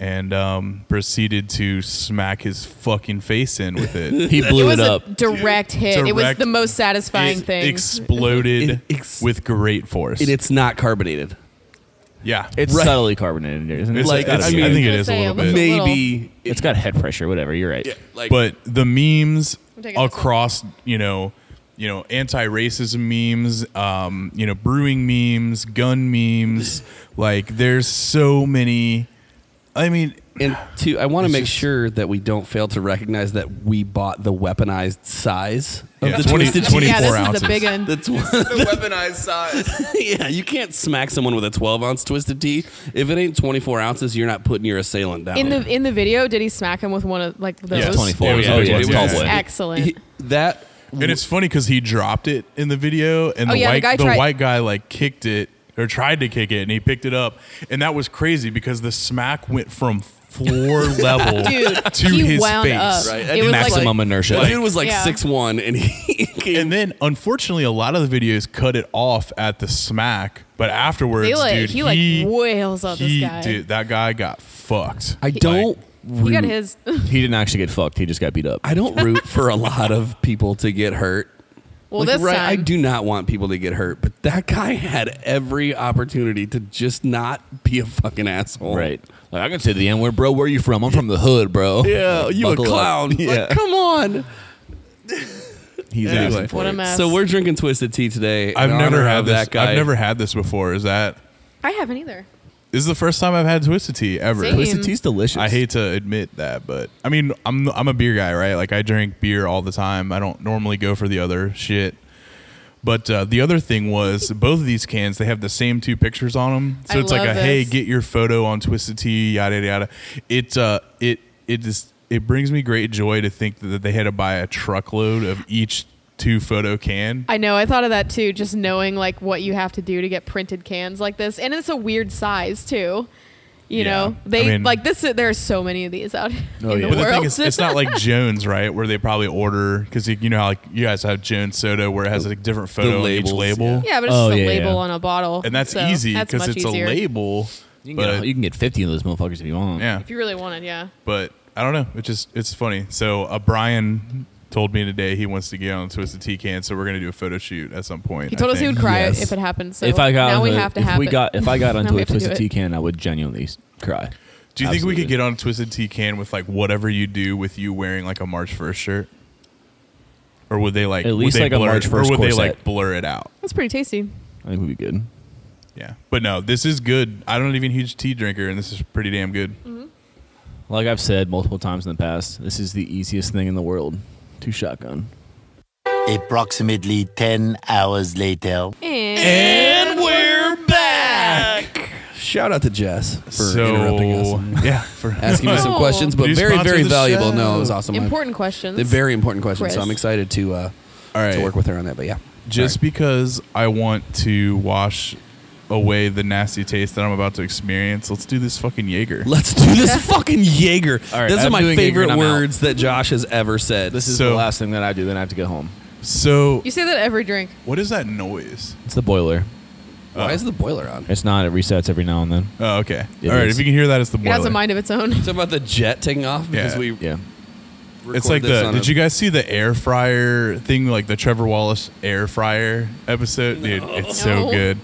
and um, proceeded to smack his fucking face in with
(laughs)
it.
He
It
blew it,
was
up.
a direct hit. It was
Direct-
the most satisfying
It
thing.
exploded
It ex-
with great force.
And it's not carbonated.
yeah,
it's
Right.
subtly carbonated, isn't it?
It's-
like,
It's gotta
I
it's-
be.
mean, I think it
I was
is a
gonna
little
say, it
bit.
was a little-
Maybe
it's got head pressure. Whatever. You're right.
Yeah, like
but the memes
I'm taking this
across you know you know anti-racism memes um you know brewing memes gun
(laughs)
memes like there's so many i mean
and two, I want to
It's
make
just-
sure that we don't fail to recognize that we bought the weaponized size of
Yeah,
the
20
twisted
24
tea.
yeah, this is
ounces.
the big one.
That's the weaponized size. (laughs) yeah, you can't smack someone with a 12 ounce twisted tea. If it ain't 24 ounces, you're not putting your assailant down.
In the in the video, did he smack him with one of like those?
Yes.
24.
It was
yeah,
a big
yeah,
one.
it's
It
tall
was
boy.
Excellent.
He- that
and it's funny because he dropped it in the video and
Oh,
the,
yeah, the
white,
guy
the
tried-
white guy like kicked it or tried to kick it and he picked it up and that was crazy because the smack went from floor
(laughs)
level
Dude,
to
he
his
wound
face
up.
Right,
It was like,
Maximum inertia.
(laughs) the dude was like
Yeah.
six one, and he (laughs) came,
And then, unfortunately, a lot of the videos cut it off at the smack. But afterwards,
They, like-
dude,
he, like, wails on this
he-
guy.
Dude, that guy got fucked.
I don't.
he got
root-
his. (laughs)
He didn't actually get fucked. He just got beat up.
I don't root for a lot of people to get hurt.
(laughs) Well,
Like,
this
right, I
time
do not want people to get hurt, but that guy had every opportunity to just not be a fucking asshole.
Right. Like I can say the N word, bro. Where are you from? I'm from the hood, bro.
Yeah,
(laughs)
you
Buckle
a
up.
clown.
Yeah.
Like, come on.
He's
Anyway.
asking for
What
it.
a mess.
So we're drinking Twisted Tea today. in
I've
honor
never had
of
this.
that guy.
I've never had this before. Is that
I haven't either.
this is the first time I've had twisted tea ever?
Same.
Twisted tea's delicious.
I hate to admit that, but I mean, I'm I'm a beer guy, right? Like I drink beer all the time. I don't normally go for the other shit. But uh, the other thing was both of these cans they have the same two pictures on them, so
I
it's like a
love
hey,
this.
get your photo on Twisted Tea, yada yada. yada. It uh, it it just it brings me great joy to think that they had to buy a truckload of each two photo can.
I know. I thought of that too. Just knowing like what you have to do to get printed cans like this, and it's a weird size too. You
Yeah.
know,
I
they
mean-
like this. There are so many of these out (laughs)
Oh,
in
yeah.
the
But the
world.
thing is,
(laughs)
it's not like Jones, right? Where they probably order because you know how like you guys have Jones soda, where it has like different photo on each
labels,
label.
yeah.
yeah, but it's
Oh,
just a
yeah,
label
yeah.
on a bottle,
and that's
so
easy
that's
because
much
it's
easier.
a label.
You can,
but,
get, a- you can get 50 of those motherfuckers if you want.
yeah,
If you really wanted, yeah.
but I don't know. It's just it's funny. So uh, Brian told me today he wants to get on Twisted Tea Can, so we're gonna do a photo shoot at some point.
He told
I
us he
think.
would cry
Yes.
if it happened. So
if I got
now we
onto-
have to
if
have
we
it.
got if
(laughs)
I got
we
onto a
have to do
twisted
it.
tea can, I would genuinely s- cry.
Do you think we
Absolutely.
could get on Twisted Tea Can with like whatever you do with you wearing like a March first shirt? Or would they like
At
would
least,
they
like, a
blur-
March 1st
or would they
corset.
like blur it out?
That's pretty tasty.
I think we'd be good.
Yeah, but no, this is good. I'm not even a huge tea drinker, and this is pretty damn good.
Like I've said multiple times in the past, this is the easiest thing in the world to shotgun.
Approximately 10 hours later.
And, we're back.
Shout out to Jess for
so
interrupting us. and
yeah,
(laughs)
for
Asking me some
No.
questions,
You
but very,
sponsor
very
the
valuable.
show.
No, it was awesome.
Oh. Important questions.
They're very important questions, so
Chris.
I'm excited to uh,
All right.
to work with her on that. But yeah,
just
All
because I want to wash away the nasty taste that I'm about to experience, let's do this fucking Jaeger.
right. let's do
(laughs)
this fucking Jaeger.
All right,
Those are
I'm
my
doing Jaeger
favorite
and I'm out.
words that Josh has ever said.
This is
So-
the last thing that I do. Then I have to go home.
So,
You say that every drink.
what is that noise?
It's the boiler.
why is the boiler on?
It's not. It resets every now and then.
Oh, okay.
It
All right,
is.
if you can hear that, it's the
It has
boiler.
a mind of its own. (laughs)
Talking about the jet taking off because
Yeah.
we
Yeah.
record
it's like
this
the.
on
Did
a-
you guys see the air fryer thing, like the Trevor Wallace air fryer episode? Dude, it's so
No.
good.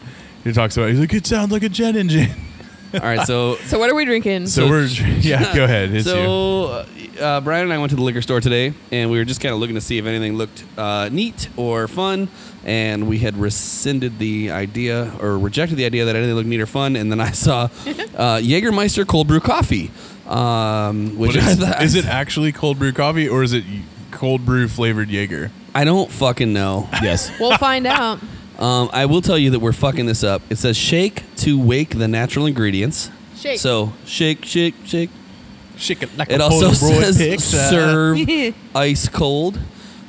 He talks about. He's like, it sounds like a jet engine. (laughs)
All right, so
So what are we drinking?
So, we're. (laughs)
(laughs)
Yeah, go ahead. It's you.
so uh, Brian and I went to the liquor store today, and we were just kind of looking to see if anything looked uh, neat or fun. And we had rescinded the idea or rejected the idea that anything looked neat or fun. And then I saw uh, Jägermeister cold brew coffee, um, which
But
I
is,
thought,
is it actually cold brew coffee or is it cold brew flavored Jaeger?
I don't fucking know.
Yes. (laughs)
we'll find out.
Um, I will tell you that we're fucking this up. It says shake to wake the natural ingredients.
Shake.
So shake, shake, shake.
Shake it like
It also says
uh,
(laughs)
serve ice cold,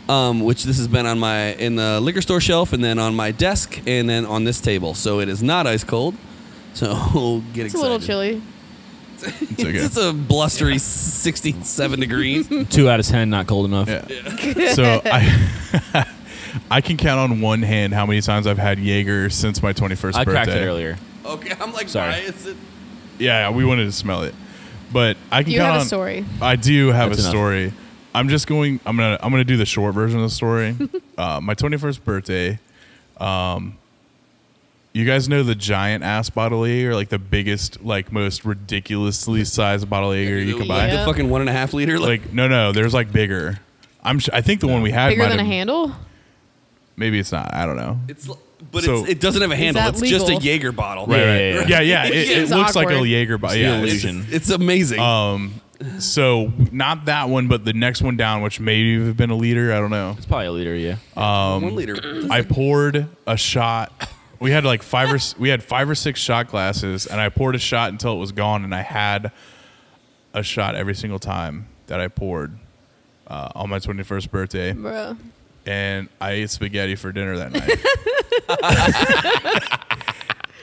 um, which this has been on my in the liquor store shelf and then on my desk and then on this table. So it is not ice cold. (laughs) So get
It's
excited.
a little chilly.
It's, it's a blustery
(laughs)
67 degrees.
Two out of ten. Not cold enough.
Yeah.
(laughs)
so I, (laughs) I can count on one hand how many times I've had Jaeger since my 21st birthday.
I cracked it earlier.
Okay, I'm like,
Sorry.
why is it?
Yeah, we wanted to smell it, but I can
You
count
have a
on-
story.
I do have
That's
a
enough.
story. I'm just going. I'm gonna. I'm gonna do the short version of the
(laughs)
story. uh, my 21st birthday. Um, you guys know the giant ass bottle of Jaeger, like the biggest, like most ridiculously sized bottle of Jaeger you can buy.
Like
Yeah.
the fucking one and a half liter. Like,
Like no, no, there's like bigger. I'm. Sh- I think the one we had
Bigger
might
than a
have-
handle?
Maybe it's not. I don't know.
it's, but
So-
it's, it doesn't have a handle.
that
It's just a
legal?
Jaeger bottle.
Right,
Yeah,
right.
yeah,
yeah,
yeah.
yeah. It,
It
it
seems
looks like a
awkward.
Jaeger bottle.
It's the
Yeah,
It's-
it's- Um,
illusion.
It's amazing.
so not that one, but the next one down, which maybe have been a liter. I don't know.
It's probably a liter. Yeah.
one liter.
I poured a shot. We had like five or s- we had five or six shot glasses, and I poured a shot until it was gone, and I had a shot every single time that I poured uh, on my twenty first birthday,
Bruh.
and I ate spaghetti for dinner that
(laughs)
night.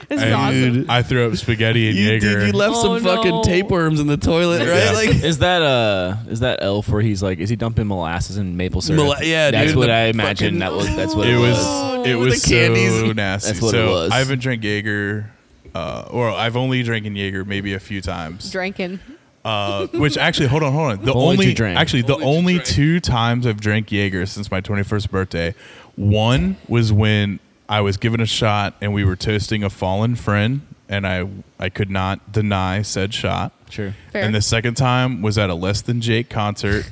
This is
And
awesome.
I threw up spaghetti and
You,
Jaeger.
dude, you left
Oh,
some fucking
no.
tapeworms in the toilet, right?
Yeah.
Like,
Is that uh is that elf where he's like is he dumping molasses and maple syrup?
Mola- yeah,
that's
dude,
what
the
I imagined.
fucking-
That was that's what
it
it,
was
was.
it
With
was
the candies.
so nasty.
That's what it
so
was.
I haven't drank Jaeger, uh, or I've only drank in Jaeger maybe a few times.
Drinking.
(laughs)
Uh, which actually, hold on, hold on. The
Only
only,
two drank.
actually the
Only two
only
drank.
two times I've drank Jaeger since my twenty first birthday. One was when I was given a shot and we were toasting a fallen friend, and I I could not deny said shot.
Sure.
Fair.
And the second time was at a Less Than Jake concert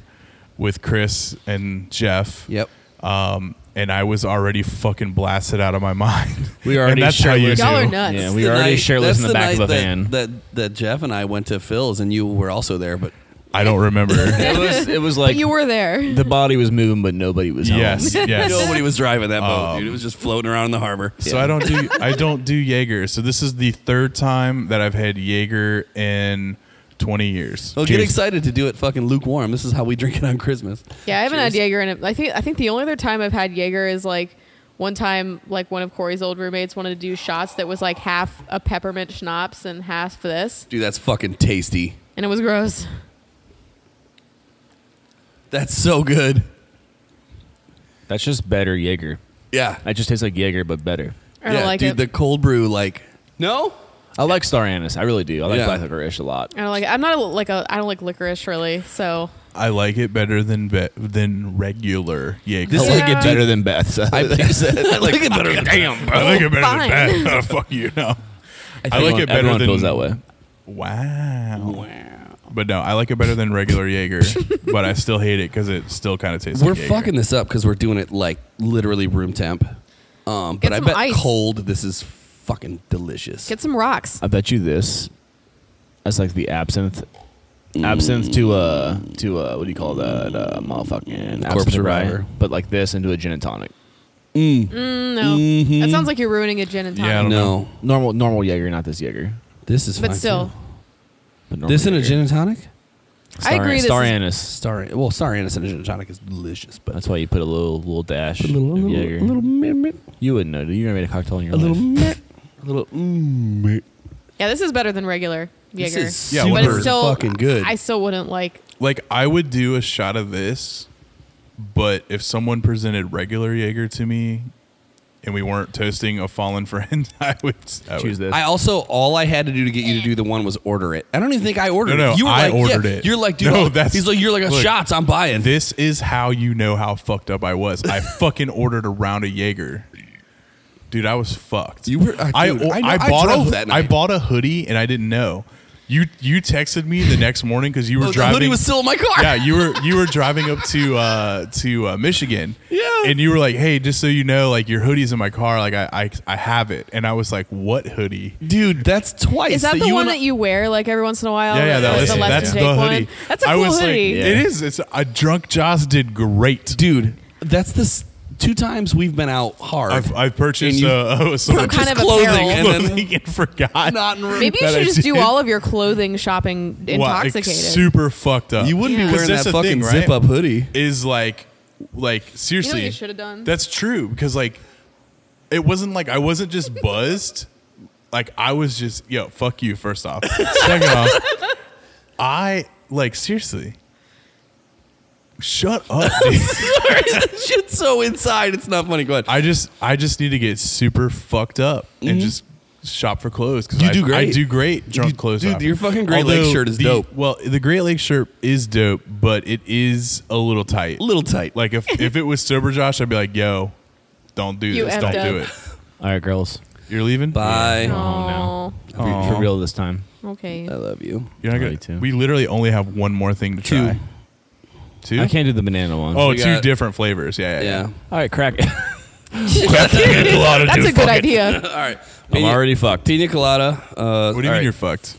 with Chris and Jeff.
Yep.
um, and I was already fucking blasted out of my (laughs) mind. and
We already
that's how you
shirtless.
do.
Y'all are nuts.
Yeah,
That's
we
the
already
night-
shirtless
that's
in the, back
night
of a
that,
van.
That that Jeff and I went to Phil's, and you were also there. But
I don't
(laughs)
remember.
it was it was
but
like
you were there.
the body was moving, but nobody was home.
(laughs) yes, yes.
nobody was driving that boat,
Um,
dude. It was just floating around in the harbor.
So I don't do I don't do Jaeger. So this is the third time that I've had Jaeger in 20 years.
Well, get
Cheers.
excited to do it fucking lukewarm. This is how we drink it on Christmas.
Yeah, I haven't had
Cheers.
Jaeger in it. I think I think the only other time I've had Jaeger is like one time like one of Corey's old roommates wanted to do shots that was like half a peppermint schnapps and half this,
Dude, that's fucking tasty.
and it was gross.
That's so good.
(laughs) That's just better Jaeger.
Yeah.
That just tastes like Jaeger, but better.
I
yeah,
don't like
dude,
it.
the cold brew, like. No?
I like star anise. I really do. I like
Yeah.
black licorice a lot.
I don't like. It. I'm not a, like a. I don't like licorice really. So
I like it better than be, than regular Jaeger.
This
I
is-
like
Yeah.
it better than Beth's. (laughs) I
(laughs) I like it better than damn,
I like it better
fine.
than (laughs) that. fuck you. No. I like it better
everyone
than
feels that way.
Wow. But no, I like it better than regular
(laughs)
Jaeger, but I still hate it because it still kind of tastes
We're
like Jaeger.
fucking this up because we're doing it like literally room temp. Um,
Get
but I
some
bet
ice.
cold, this is fucking delicious.
get some
Uh,
rocks.
I bet you this. That's like the absinthe. Absinthe to uh to uh what do you call that uh motherfucking
Corpse
absinthe rye,
Survivor.
but like this into a gin and tonic.
Mm, no, that sounds like you're ruining a gin and tonic.
mm-hmm. Yeah, I
no,
don't
Normal normal Jaeger, not this Jaeger.
this is
but
fine,
still,
too.
But normal
This and a
Jaeger.
gin and tonic?
I
Star-
agree this
Star
is-
anise.
Star, well, star anise and a gin and tonic is delicious, but
That's why you put a little little dash
a little,
of
little,
Jaeger.
little, meh, meh,
you wouldn't know. dude. You never made a cocktail in your
a little,
life.
meh, a little, mm, meh.
yeah, this is better than regular
This
Jaeger.
is
Yeah,
but
super
it's still
fucking good.
I still wouldn't like.
Like, I would do a shot of this, but if someone presented regular Jaeger to me and we weren't toasting a fallen friend, (laughs) I would I would-
Choose this.
I also all I had to do to get you to do the one was order it. I don't even think I ordered
No, no,
it. You were
I
like,
ordered
yeah.
it.
You're like, dude,
No,
I'll-
that's-
he's like, you're like,
look.
shots, I'm buying.
This is how you know how fucked up I was.
(laughs)
I fucking ordered a round of Jaeger. Dude, I was fucked.
You were- uh,
I,
dude,
o-
I know- I
bought
drove
a,
that
I
night.
bought a hoodie and I didn't know. You you texted me the next morning because you were
Oh, the
driving.
hoodie was still in my car.
yeah, you were you were driving up to uh, to uh, Michigan.
Yeah.
and you were like, "Hey, just so you know, like your hoodie's in my car. Like I I, I have it." And I was like, "What hoodie?"
dude, that's twice.
Is that the
you
one
and I-
that you wear like every once in a while?
Yeah, yeah, that
Like,
was,
Oh, the
listen,
Left
that's
and
the
Jake
hoodie.
One? That's a
I
cool
was like,
hoodie.
it is. It's a drunk. Joss did great.
dude? That's this two times we've been out hard.
I've, I've purchased
And you-
uh, (laughs) some,
Some kind
Just
of
clothing
apparel.
and then-
(laughs) clothing and forgot.
not in room.
Maybe you
that I
should just do
did.
all of your clothing shopping
Wow, it's
intoxicated.
super fucked up.
you wouldn't
Yeah.
be
'Cause
wearing
that's
that
the
fucking
thing, right?
zip up hoodie.
Is like, like seriously,
you should've done?
That's true because like, it wasn't like I wasn't
(laughs)
just buzzed. like I was just yo, fuck you. First off, second off, I like seriously. Shut up, dude.
(laughs)
(laughs)
Shit's so inside, it's not funny. Go ahead.
I just I just need to get super fucked up
Mm-hmm.
and just shop for clothes because
You
I,
do great.
I do great drunk
You-
clothes.
dude,
shopping.
your fucking Great Lakes
Although
shirt is
the-
dope.
Well, the Great Lakes shirt is dope, but it is a little tight.
a little tight.
Like if if it was sober Josh, I'd be like, yo, don't do
You
this,
effed
don't do
up.
it.
All right, girls.
You're leaving.
Bye.
Oh,
For for real this time.
okay.
I
Uh,
love you.
You're not
Love
gonna.
you too.
We literally only have one more thing to
Two.
try. Two.
I can't do the banana one.
Oh,
We
two
got-
different flavors. Yeah, yeah.
(laughs) Yeah.
(laughs)
All right, crack. it.
(laughs) That's a good idea.
(laughs)
All right.
(laughs) I'm
Pina-
already fucked.
Pina colada. Uh,
What do you mean you're fucked?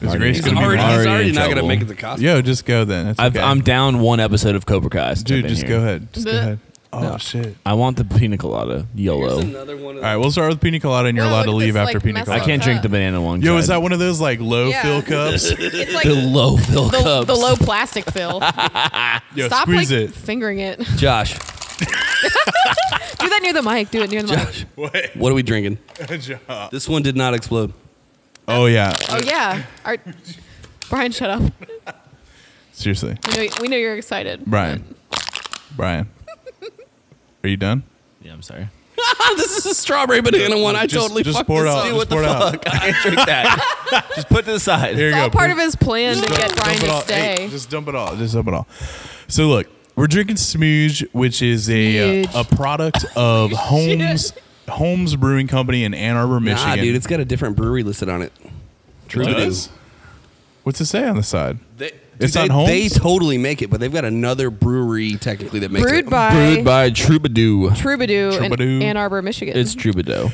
It's
Already-
great.
He's
He's
gonna be
already,
wrong.
he's
already
already
in
not gonna
trouble.
make it to Costco.
Yo, just go then. That's
I've,
okay.
I'm down one episode of Cobra Kai. since I've
Dude,
been
just
here.
go ahead. Just go
Bleh.
ahead. Oh shit.
I want the pina colada. YOLO. I
another one.
All right, we'll start with pina colada, and you're
Wow,
allowed to
look at
leave
this,
after
like,
pina
mess
colada.
up.
can't drink the banana one.
Yo, is
Jed.
that one of those like low
Yeah.
fill
(laughs)
cups?
It's like
(laughs)
the low fill
the,
cups.
the low plastic
(laughs)
fill.
Yo,
Stop
squeeze
like
it.
fingering it. (laughs) Do
Josh.
that near the mic. Do it near the mic.
Josh.
(laughs)
(laughs) What?
What are we drinking?
(laughs) Good job.
This one did not explode.
Oh yeah.
Oh yeah. Our, Brian, shut up.
Seriously,
We know, we know you're excited.
Brian. Brian, are you done?
Yeah, I'm sorry.
(laughs) this is a strawberry banana one. I
Just-
totally
just
fucked
pour it
this
out.
up.
Just pour it out.
I can't drink (laughs) that.
Just put to the side.
Here
It's
you
all
go.
part of
Please
his plan to get
dump
Brian
it all.
to
Hey,
stay.
just dump it all. Just dump it all. So look, we're drinking smooge, which is a uh,
Smooge.
a product
(laughs)
of Holmes Holmes Brewing Company in Ann Arbor, Michigan.
Nah, dude, it's got a different brewery listed on it. True
It
it
does?
is.
What's it say on the side?
They,
It's
they,
on Holmes?
They totally make it, but they've got another brewery technically that makes
Brewed
it.
by-
Brewed by Troubadour.
Troubadour,
Troubadour.
in Ann Arbor, Michigan.
It's Troubadour.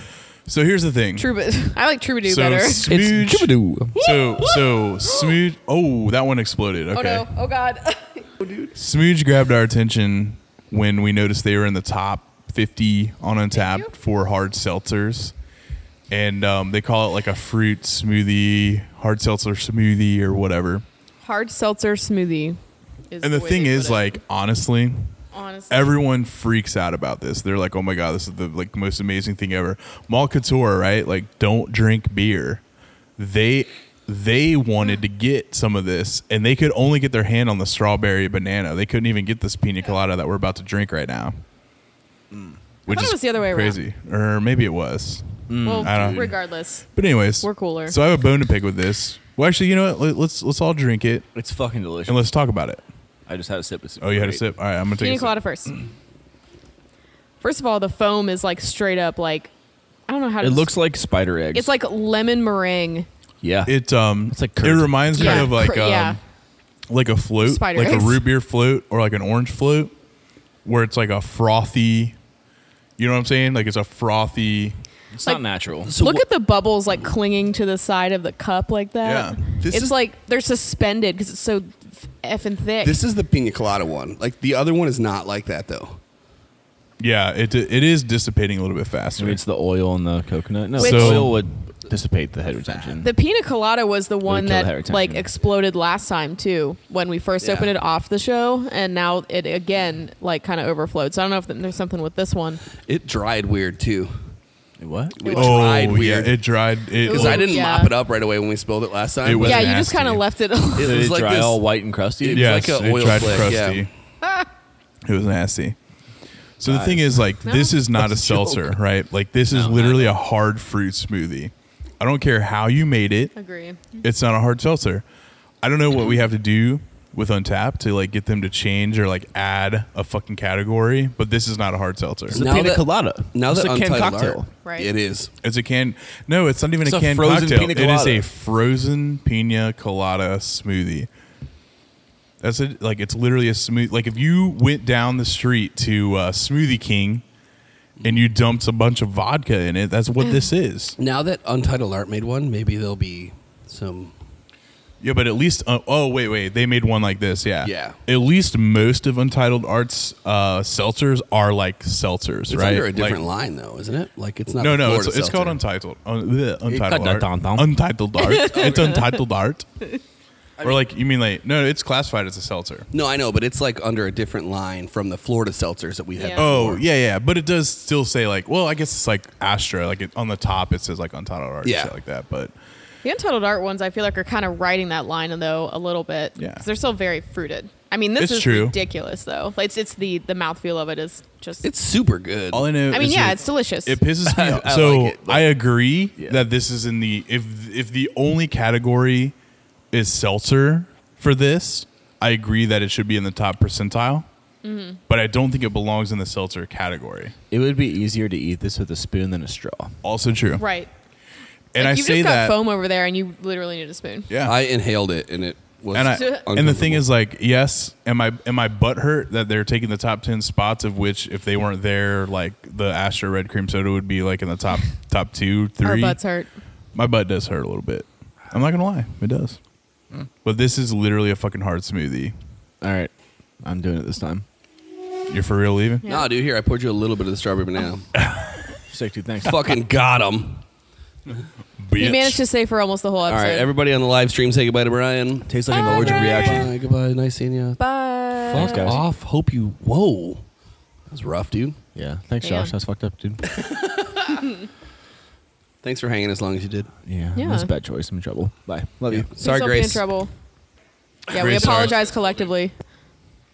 So here's the thing.
Troubadour. (laughs) I like Troubadour
so
better.
smooch.
It's Troubadour.
so so smooch. Oh, that one exploded. Okay.
Oh no! Oh god! (laughs)
Smooge grabbed our attention when we noticed they were in the top 50 on Untapped for hard seltzers. And um, they call it like a fruit smoothie, hard seltzer smoothie, or whatever.
Hard seltzer smoothie. Is
And the
way
thing
they
is,
put it.
like, honestly,
honestly,
everyone freaks out about this. They're like, "Oh my god, this is the like most amazing thing ever." Mall Couture, right? Like, don't drink beer. They they wanted to get some of this, and they could only get their hand on the strawberry banana. They couldn't even get this pina colada that we're about to drink right now. Which
Hmm. I thought it
is
was the other way around.
crazy, or maybe it was. I
well,
don't-
regardless,
But anyways,
We're cooler.
So I have a bone to pick with this. Well, actually, you know what? Let- Let's let's all drink it
It's fucking delicious.
and let's talk about it.
I just had a sip. It's
Oh, you had a
great.
sip. All right, I'm gonna take
pina
a sip.
colada first. First of all, the foam is like straight up like I don't know how to
It
des-
looks like spider eggs.
It's like lemon meringue.
yeah.
It um,
It's like
it
curd.
reminds me
Yeah,
of like
cr-
um,
yeah.
like a float,
Spider
like
eggs.
a root beer float or like an orange float, where it's like a frothy. You know what I'm saying? Like it's a frothy.
it's
like-
not natural.
So
Look
wh-
at the bubbles like clinging to the side of the cup like that.
Yeah.
This
it's
is-
like they're suspended because it's so effing thick.
This is the pina colada one. Like the other one is not like that though.
Yeah, it it is dissipating a little bit
I
faster.
mean, it's the oil and the coconut. No,
Which-
the
So-
oil would dissipate the head retention.
the pina colada was the one
kill the heart
that
attack,
like
yeah.
exploded last time too when we first
Yeah.
opened it off the show, and now it again like kind of overflowed. So I don't know if there's something with this one.
It dried weird too.
what?
It
oh
dried
yeah,
weird.
it dried. It,
Because I didn't
Yeah.
mop it up right away when we spilled it last time.
It was-
yeah, you just
nasty.
kind of left it.
It
Did
was
it
like
dry
this-
all white and crusty?
it was
Yes,
like a oil
it dried
flick, yeah.
crusty.
(laughs)
It was nasty. So the thing is, like, this is not a
That's a joke.
seltzer, right? Like, this is literally a hard fruit smoothie. I don't care how you made it.
(laughs) Agree.
it's not a hard seltzer. I don't know what we have to do with Untapped to like get them to change or like add a fucking category, but this is not a hard seltzer.
the
Now
pina
that-
colada.
Now
It's
that
a canned
Untitled
cocktail.
Art-
Right.
It is.
It's a can. No, it's not even
It's
a
a
canned
frozen
cocktail.
pina
It is a
colada.
frozen pina colada smoothie. That's it. Like it's literally a smooth. Like if you went down the street to uh, Smoothie King and you dumped a bunch of vodka in it, that's
(sighs)
what this is.
Now that Untitled Art made one, maybe there'll be some.
Yeah, but at least uh, oh wait wait they made one like this yeah
Yeah.
at least most of Untitled Arts uh, seltzers are like seltzers
It's
right
under a
Like-
different line though, isn't it? Like it's not.
no
the
no it's,
Florida
it's called
seltzer.
Untitled uh, bleh, Untitled
cut
Art
that down, down.
Untitled
(laughs)
Art it's Untitled Art or like you mean like no it's classified as a seltzer
No, I know, but it's like under a different line from the Florida seltzers that we had.
Yeah.
oh
before.
yeah yeah but it does still say like well I guess it's like Astra like it, on the top it says like Untitled Art
Yeah.
and shit like that but
The Untitled Art ones, I feel like, are kind of riding that line though a little bit.
Yeah.
'Cause they're still very fruited. I mean, this
It's
is
true.
ridiculous though. Like, It's it's the the mouthfeel of it is just.
it's super good.
all I know
I mean,
is
yeah,
that-
it's delicious.
It pisses me off.
I
So
like it, but-
I agree
Yeah.
that this is in the if if the only category is seltzer for this, I agree that it should be in the top percentile. But I don't think it belongs in the seltzer category.
It would be easier to eat this with a spoon than a straw.
Also true.
right.
And
Like,
I
you've
say
just got
that.
foam over there, and you literally need a spoon.
Yeah.
I inhaled it and it was. (laughs)
and I,
It's
and the thing
uncomfortable.
is like yes am i am i butthurt that they're taking the top 10 spots of which if they weren't there like the astra red cream soda would be like in the top top two three
Our butts hurt.
My butt does hurt a little bit. I'm not gonna lie, it does.
Hmm.
But this is literally a fucking hard smoothie.
All right. I'm doing it this time.
You're for real leaving?
Yeah.
Nah, dude, here I poured you a little bit of the strawberry banana. (laughs)
Sick, dude. (laughs) Thanks.
Fucking got him.
You managed to stay for almost the whole
All
episode.
right, everybody on the live stream, say goodbye to Brian.
Tastes like an allergic reaction.
Bye, goodbye, nice seeing you.
Bye.
Thanks, guys.
Off. Hope you. Whoa, that was rough, dude.
Yeah. Thanks,
Damn.
Josh. That's fucked up, dude.
Thanks for hanging as long as you did.
Yeah.
Yeah.
That was a bad choice. I'm in trouble. Bye. Love you.
Please
Sorry,
don't Be in
Grace.
trouble. Yeah,
Grace,
we
sorry.
apologize collectively.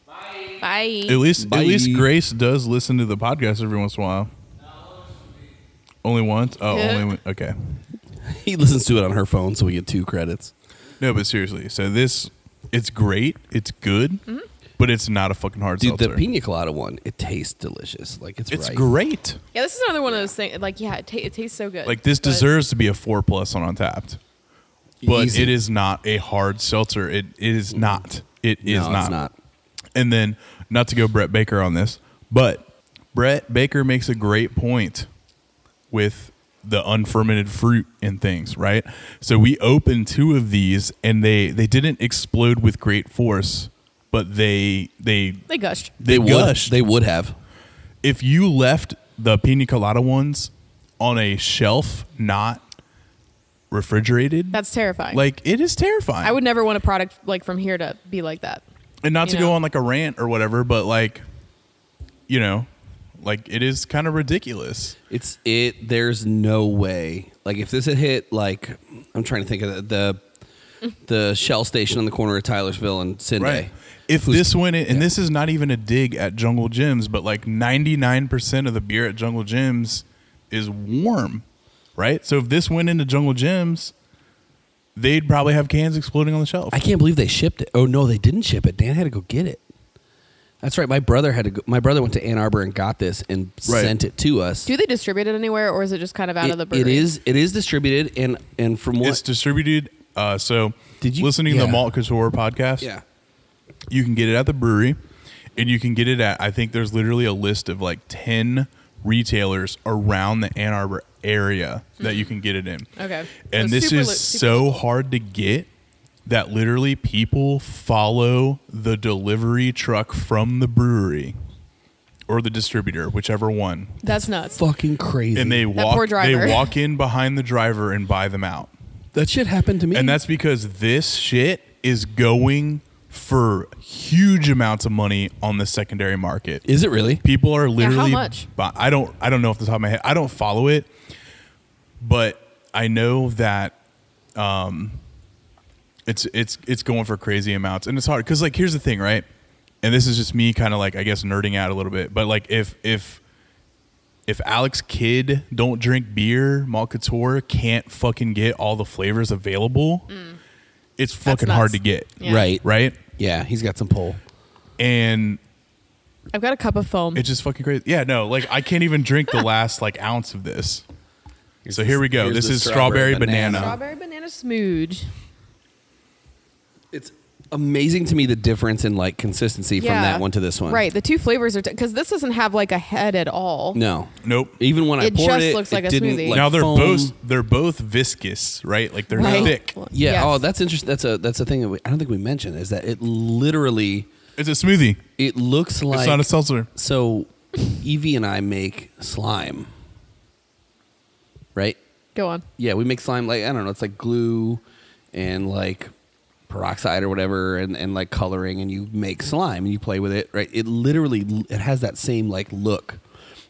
Bye. Bye.
At least
Bye.
at least Grace does listen to the podcast every once in a while. Only once? Oh,
Yeah.
only one. Okay.
He listens to it on her phone, so we get two credits.
No, but seriously. So this it's great. It's good.
Mm-hmm.
But it's not a fucking hard
Dude,
seltzer.
the pina colada one, it tastes delicious. Like it's,
it's
right.
great.
yeah, this is another one of those things. Like, yeah, it, ta- it tastes so good.
Like this
but-
deserves to be a 4 plus on Untapped. but
Easy. Mm.
it is not a hard seltzer. It, it is not. It is
No, it's not.
And then, not to go Brett Baker on this, but Brett Baker makes a great point with the unfermented fruit and things, right? So we opened two of these, and they they didn't explode with great force, but they they
They gushed.
they,
would.
gushed.
They would have.
if you left the pina colada ones on a shelf, not refrigerated,
That's terrifying.
like it is terrifying.
I would never want a product like from here to be like that.
and not to
you
go
know.
on like a rant or whatever, but like, you know, like it is kind of ridiculous.
It's it. There's no way. Like if this had hit, like I'm trying to think of the the, the Shell station on the corner of Tylersville and Sinday.
If
Who's-
this went in, and
yeah.
this is not even a dig at Jungle Gyms, but like 99% of the beer at Jungle Gyms is warm, right? So if this went into Jungle Gyms, they'd probably have cans exploding on the shelf.
I can't believe they shipped it. Oh no, they didn't ship it. Dan had to go get it. That's right. My brother had to. Go, my brother went to Ann Arbor and got this and
Right.
sent it to us.
Do they distribute it anywhere, or is it just kind of out
It-
of the
it
brewery?
is. It is distributed and and from what
It's distributed. Uh, so
Did you-
listening to
yeah.
the Malt Couture podcast?
yeah.
you can get it at the brewery, and you can get it at. I think there's literally a list of like ten retailers around the Ann Arbor area that you can get it in.
Mm. Okay.
and
So
this
super
is
lo- super
so hard to get that literally people follow the delivery truck from the brewery or the distributor, whichever one,
That's nuts.
Fucking crazy.
and they
poor
walk.
driver.
They walk in behind the driver and buy them out.
that shit happened to me.
And that's because this shit is going for huge amounts of money on the secondary market.
is it really?
People are literally
much?
bu- I don't I don't know off the top of my head. I don't follow it. But I know that um it's it's it's going for crazy amounts and it's hard cuz like here's the thing, right? And this is just me kind of like I guess nerding out a little bit, but like if if if Alex Kidd don't drink beer, Malt Couture can't fucking get all the flavors available. It's fucking hard
Mm. nuts.
to get.
Yeah.
Right.
Right?
Yeah. He's got some pull.
And
I've got a cup of foam.
it's just fucking crazy. Yeah, no, like I can't even drink the last like ounce of this. so here we go.
here's
This
the
is strawberry,
strawberry
banana.
banana.
Strawberry banana smooge.
It's amazing to me the difference in like consistency from that one to this one.
Right. The two flavors are because this doesn't have like a head at all.
No.
Nope.
Even when I
It
poured
just
it,
looks
it
like a
didn't,
smoothie.
Like
now they're
foam.
both they're both viscous, right? Like they're
Right.
thick.
Yeah.
Yes.
Oh, that's interesting. That's a that's a thing that we, I don't think we mentioned is that it literally
It's a smoothie.
it looks like
it's not a seltzer.
so Evie and I make slime. Right?
Go on.
Yeah, we make slime like I don't know, it's like glue and like peroxide or whatever and, and like coloring and you make slime and you play with it, right? It literally it has that same like look.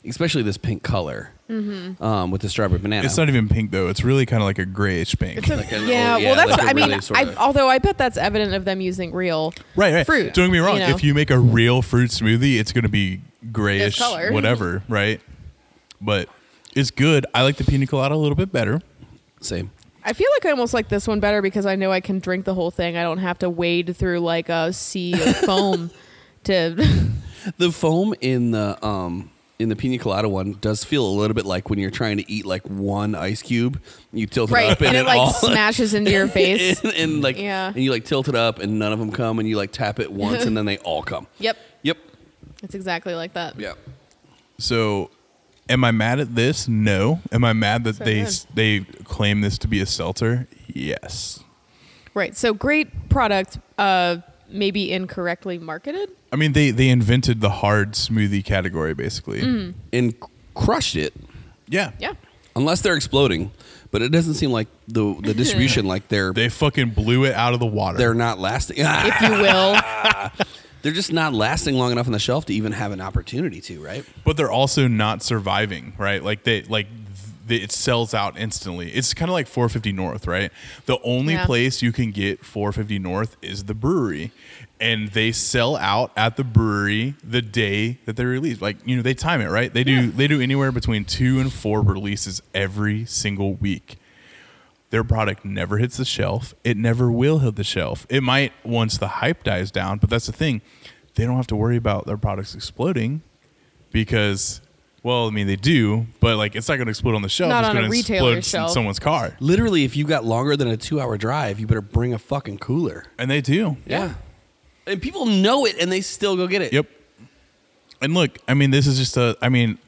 Especially this pink color
Mm-hmm.
um, with the strawberry banana.
It's not even pink though. It's really kind of like a grayish pink.
It's a,
Like a little-
yeah,
yeah,
Well, that's.
like
what
a
I mean,
really sorta-
I, although I bet that's evident of them using real
(laughs) right, right.
fruit.
Don't get me wrong.
know?
If you make a real fruit smoothie, it's going to be grayish,
color.
whatever, right? But it's good. I like the pina colada a little bit better.
same.
I feel like I almost like this one better because I know I can drink the whole thing. I don't have to wade through like a sea
(laughs)
of foam to.
The foam in the um in the pina colada one does feel a little bit like when you're trying to eat like one ice cube, you tilt it
right.
up
And it
all (laughs)
like smashes into your face.
and, and, like
Yeah.
and you like tilt it up and none of them come and you like tap it
(laughs)
once and then they all come.
Yep.
Yep.
It's exactly like that.
Yeah.
So, am I mad at this? No. Am I mad that
So
they
good.
they claim this to be a seltzer? Yes.
Right. So great product, uh, maybe incorrectly marketed.
I mean, they they invented the hard smoothie category basically.
And crushed it.
Yeah.
Mm. Yeah.
Unless they're exploding. But it doesn't seem like the the distribution like they're
They fucking blew it out of the water.
they're not lasting. (laughs)
If
(laughs)
you will.
they're just not lasting long enough on the shelf to even have an opportunity to, right?
but they're also not surviving, right? Like they like th- it sells out instantly. It's kind of like 450 North, right? The only
Yeah.
place you can get 450 North is the brewery, and they sell out at the brewery the day that they release. Like you know, they time it right. They do they do anywhere between two and four releases every single week. Their product never hits the shelf. It never will hit the shelf. It might once the hype dies down, but that's the thing. They don't have to worry about their products exploding because Well, I mean they do, but like it's not going to explode on the shelf.
Not
it's
on a
going to explode
retailer's
in
shelf.
someone's car,
Literally, if you got longer than a two-hour drive, you better bring a fucking cooler.
and they do.
Yeah. And people know it, and they still go get it.
Yep. And look, I mean, this is just a. I mean,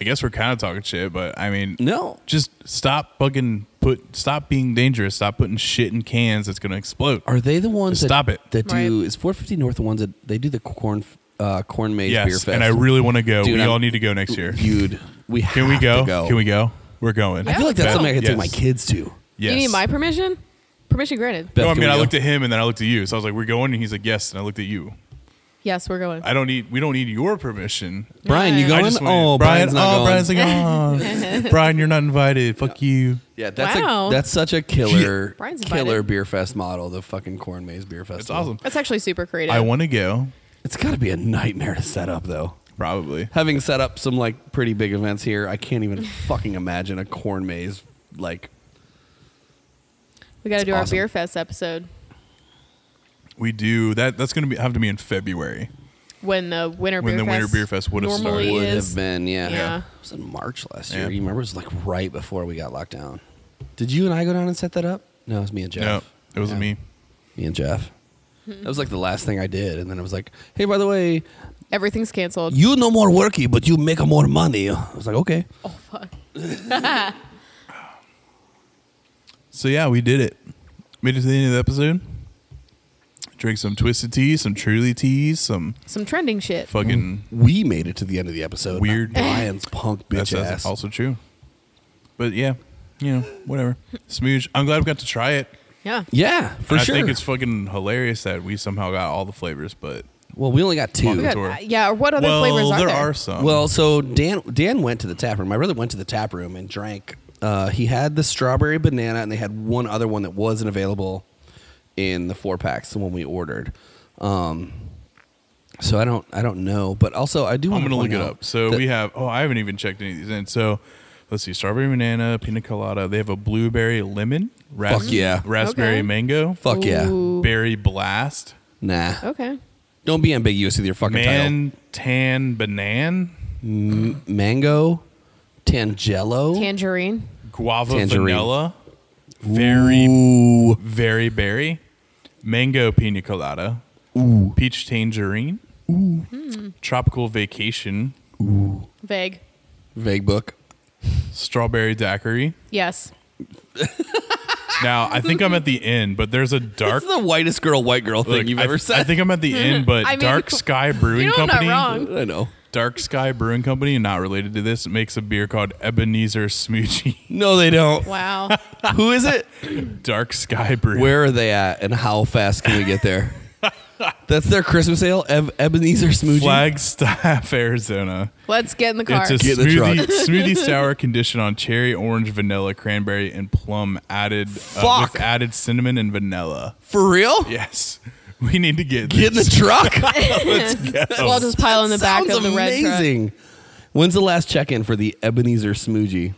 I guess we're kind of talking shit, but I mean,
No.
just stop fucking put. Stop being dangerous. Stop putting shit in cans that's going to explode.
Are they the ones
Just
that
stop it.
That do
Right.
is 450 North the ones that they do the corn uh, corn maze beer
Yes,
fest?
and I really want to go.
Dude,
we
I'm-
all need to go next
(laughs)
year.
Dude, we have
Can we go?
To go?
Can we go? We're going.
I feel like that's
Yeah, let's
something
go.
I can take
Yes.
my kids to.
Yes.
You need my permission? Permission granted.
Beth,
No, I
can
mean,
we
I
go?
looked at him and then I looked at you. So I was like, "We're going," and he's like, "Yes." And I looked at you.
Yes, we're going.
I don't need. We don't need your permission.
Brian. You
I
going?
I just wanted-
oh,
Brian.
Brian's not
oh,
going.
Brian's like,
(laughs)
oh, Brian, you're not invited. Fuck you.
yeah, that's
Wow.
a, that's such a killer
Brian's invited.
killer beer fest model. The fucking corn maze beer fest.
It's awesome.
That's actually super creative.
I want to go.
It's got to be a nightmare to set up though.
Probably.
Having set up some like pretty big events here, I
(laughs)
can't even fucking imagine a corn maze like.
we got to do
awesome.
our beer fest episode
We do that. That's gonna be, have to be in February.
when the winter
When
beer
the
fest
winter beer fest would've
normally
started.
would
Oh, is.
have been. Yeah.
Yeah.
It was in March last year.
Yeah.
You remember it was like right before we got locked down. Did you and I go down and set that up? No, it was me and Jeff.
No, it wasn't
Yeah.
me.
Me
(laughs)
and Jeff. That was like the last thing I did, and then it was like, "Hey, by the way,
Everything's canceled.
you no more worky, but you make more money." I was like, "Okay."
oh fuck.
So yeah, we did it. Made it to the end of the episode. Drank some twisted tea, some truly teas, some
Some trending shit.
fucking.
We made it to the end of the episode.
Weird.
not Brian's punk
That's,
bitch
that's
ass.
also true. But yeah, you know, whatever. Smooge. I'm glad we got to try it.
Yeah.
yeah, for
And
sure.
I think it's fucking hilarious that we somehow got all the flavors, but
well, we only got
We
two.
got- uh,
Tour.
yeah. or What other
well,
flavors are
there,
there?
are some.
Well, so Dan Dan went to the tap room. My brother went to the tap room and drank. Uh, he had the strawberry banana, and they had one other one that wasn't available in the four packs. The one we ordered. Um, so I don't I don't know, but also I do.
I'm
want
gonna
to
look
point
it
out
up. So
Oh, that-
we have. Oh, I haven't even checked any of these in. So let's see: strawberry banana, pina colada. They have a blueberry lemon. Ras-
Fuck yeah.
Raspberry
Okay.
mango.
fuck yeah,
Ooh.
Berry blast.
nah.
Okay.
Don't be ambiguous with your fucking
Man tan banan.
title. Mango, Tangelo,
Tangerine.
Guava
Tangerine.
vanilla. Very
Ooh.
very berry. Mango pina colada. Peach tangerine.
Hmm.
Tropical vacation.
Vague.
vague book.
Strawberry daiquiri.
Yes.
Now I think I'm at the end, but there's a dark
That's the whitest girl, white girl thing
Look,
you've
I,
ever said.
I think I'm at
(laughs)
the end, but
I mean,
Dark Sky Brewing
you know I'm not
Company.
wrong.
(laughs) I know.
Dark Sky Brewing Company, not related to this, makes a beer called Ebenezer Smoochie. (laughs)
No, they don't.
Wow.
(laughs) Who is it?
Dark Sky Brewing.
Where are they at, and how fast can we get (laughs) there? That's their Christmas ale, Eb- Ebenezer Smoothie.
Flagstaff, (laughs) Arizona.
Let's get in the car.
It's a
Get in the truck.
smoothie,
(laughs)
smoothie sour condition on cherry, orange, vanilla, cranberry, and plum added uh,
Fuck.
with added cinnamon and vanilla.
For real?
Yes, (laughs) we need to get
Get in the
this.
truck. (laughs)
Well, I'll just pile in the back
Sounds
of the red truck.
amazing. When's the last check-in for the Ebenezer Smoothie?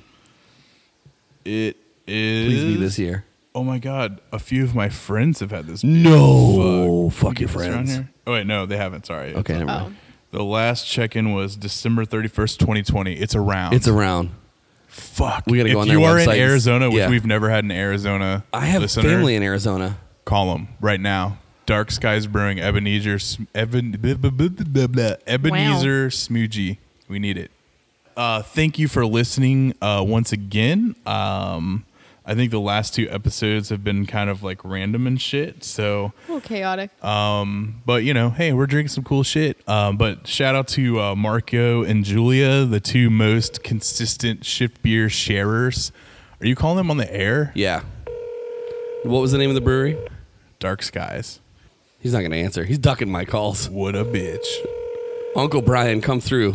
It is.
Please be this year.
Oh my god! A few of my friends have had this. beer.
No, fuck, your
Is this around
friends.
here? Oh wait, no, they haven't. Sorry.
Okay, never
Oh.
mind.
The last check in was December 31st, 2020. It's around.
It's around.
Fuck.
We gotta
if
go on
you
their
are in
website and-
Arizona, which
yeah.
we've never had in Arizona,
I have
listener,
family in Arizona.
Call them right now. Dark Skies Brewing, Ebenezer, Sm- Eben, blah, blah, blah, blah, blah, blah. Ebenezer Smoogie. We need it. Uh, thank you for listening uh, once again. Um, I think the last two episodes have been kind of like random and shit. So
A little chaotic.
Uh, but you know, hey, we're drinking some cool shit. Um, but shout out to uh, Marco and Julia, the two most consistent shift beer sharers. Are you calling them on the air?
Yeah. What was the name of the brewery?
Dark skies.
He's not gonna answer. He's ducking my calls.
What a bitch.
Uncle Brian, come through.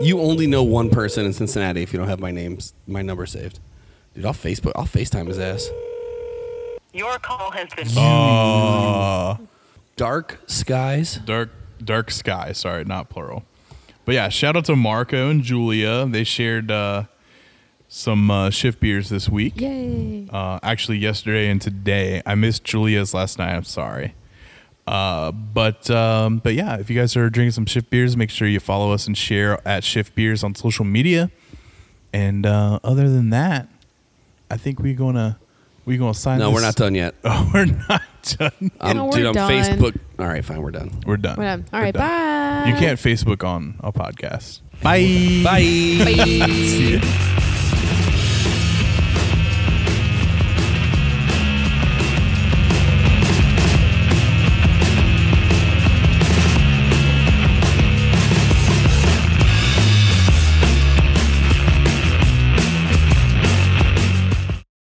You only know one person in Cincinnati if you don't have my names, my number saved. Dude, I'll Facebook, I'll FaceTime his ass.
Your call has been.
Dark skies.
Dark Dark Sky, sorry, not plural. But yeah, shout out to Marco and Julia. They shared uh, some uh, shift beers this week.
Yay.
Uh, actually, yesterday and today. I missed Julia's last night. I'm sorry. Uh, but um, but yeah, if you guys are drinking some shift beers, make sure you follow us and share at shift beers on social media. And uh, other than that, I think we're gonna we're gonna sign.
No,
this-
we're not done yet.
(laughs) Oh, we're not done.
I'm,
No, we're
dude, I'm
done.
Facebook. All right, fine, we're done.
We're done.
We're done. All
We're
right,
done.
bye.
You can't Facebook on a podcast. Bye.
Bye.
Bye.
See ya.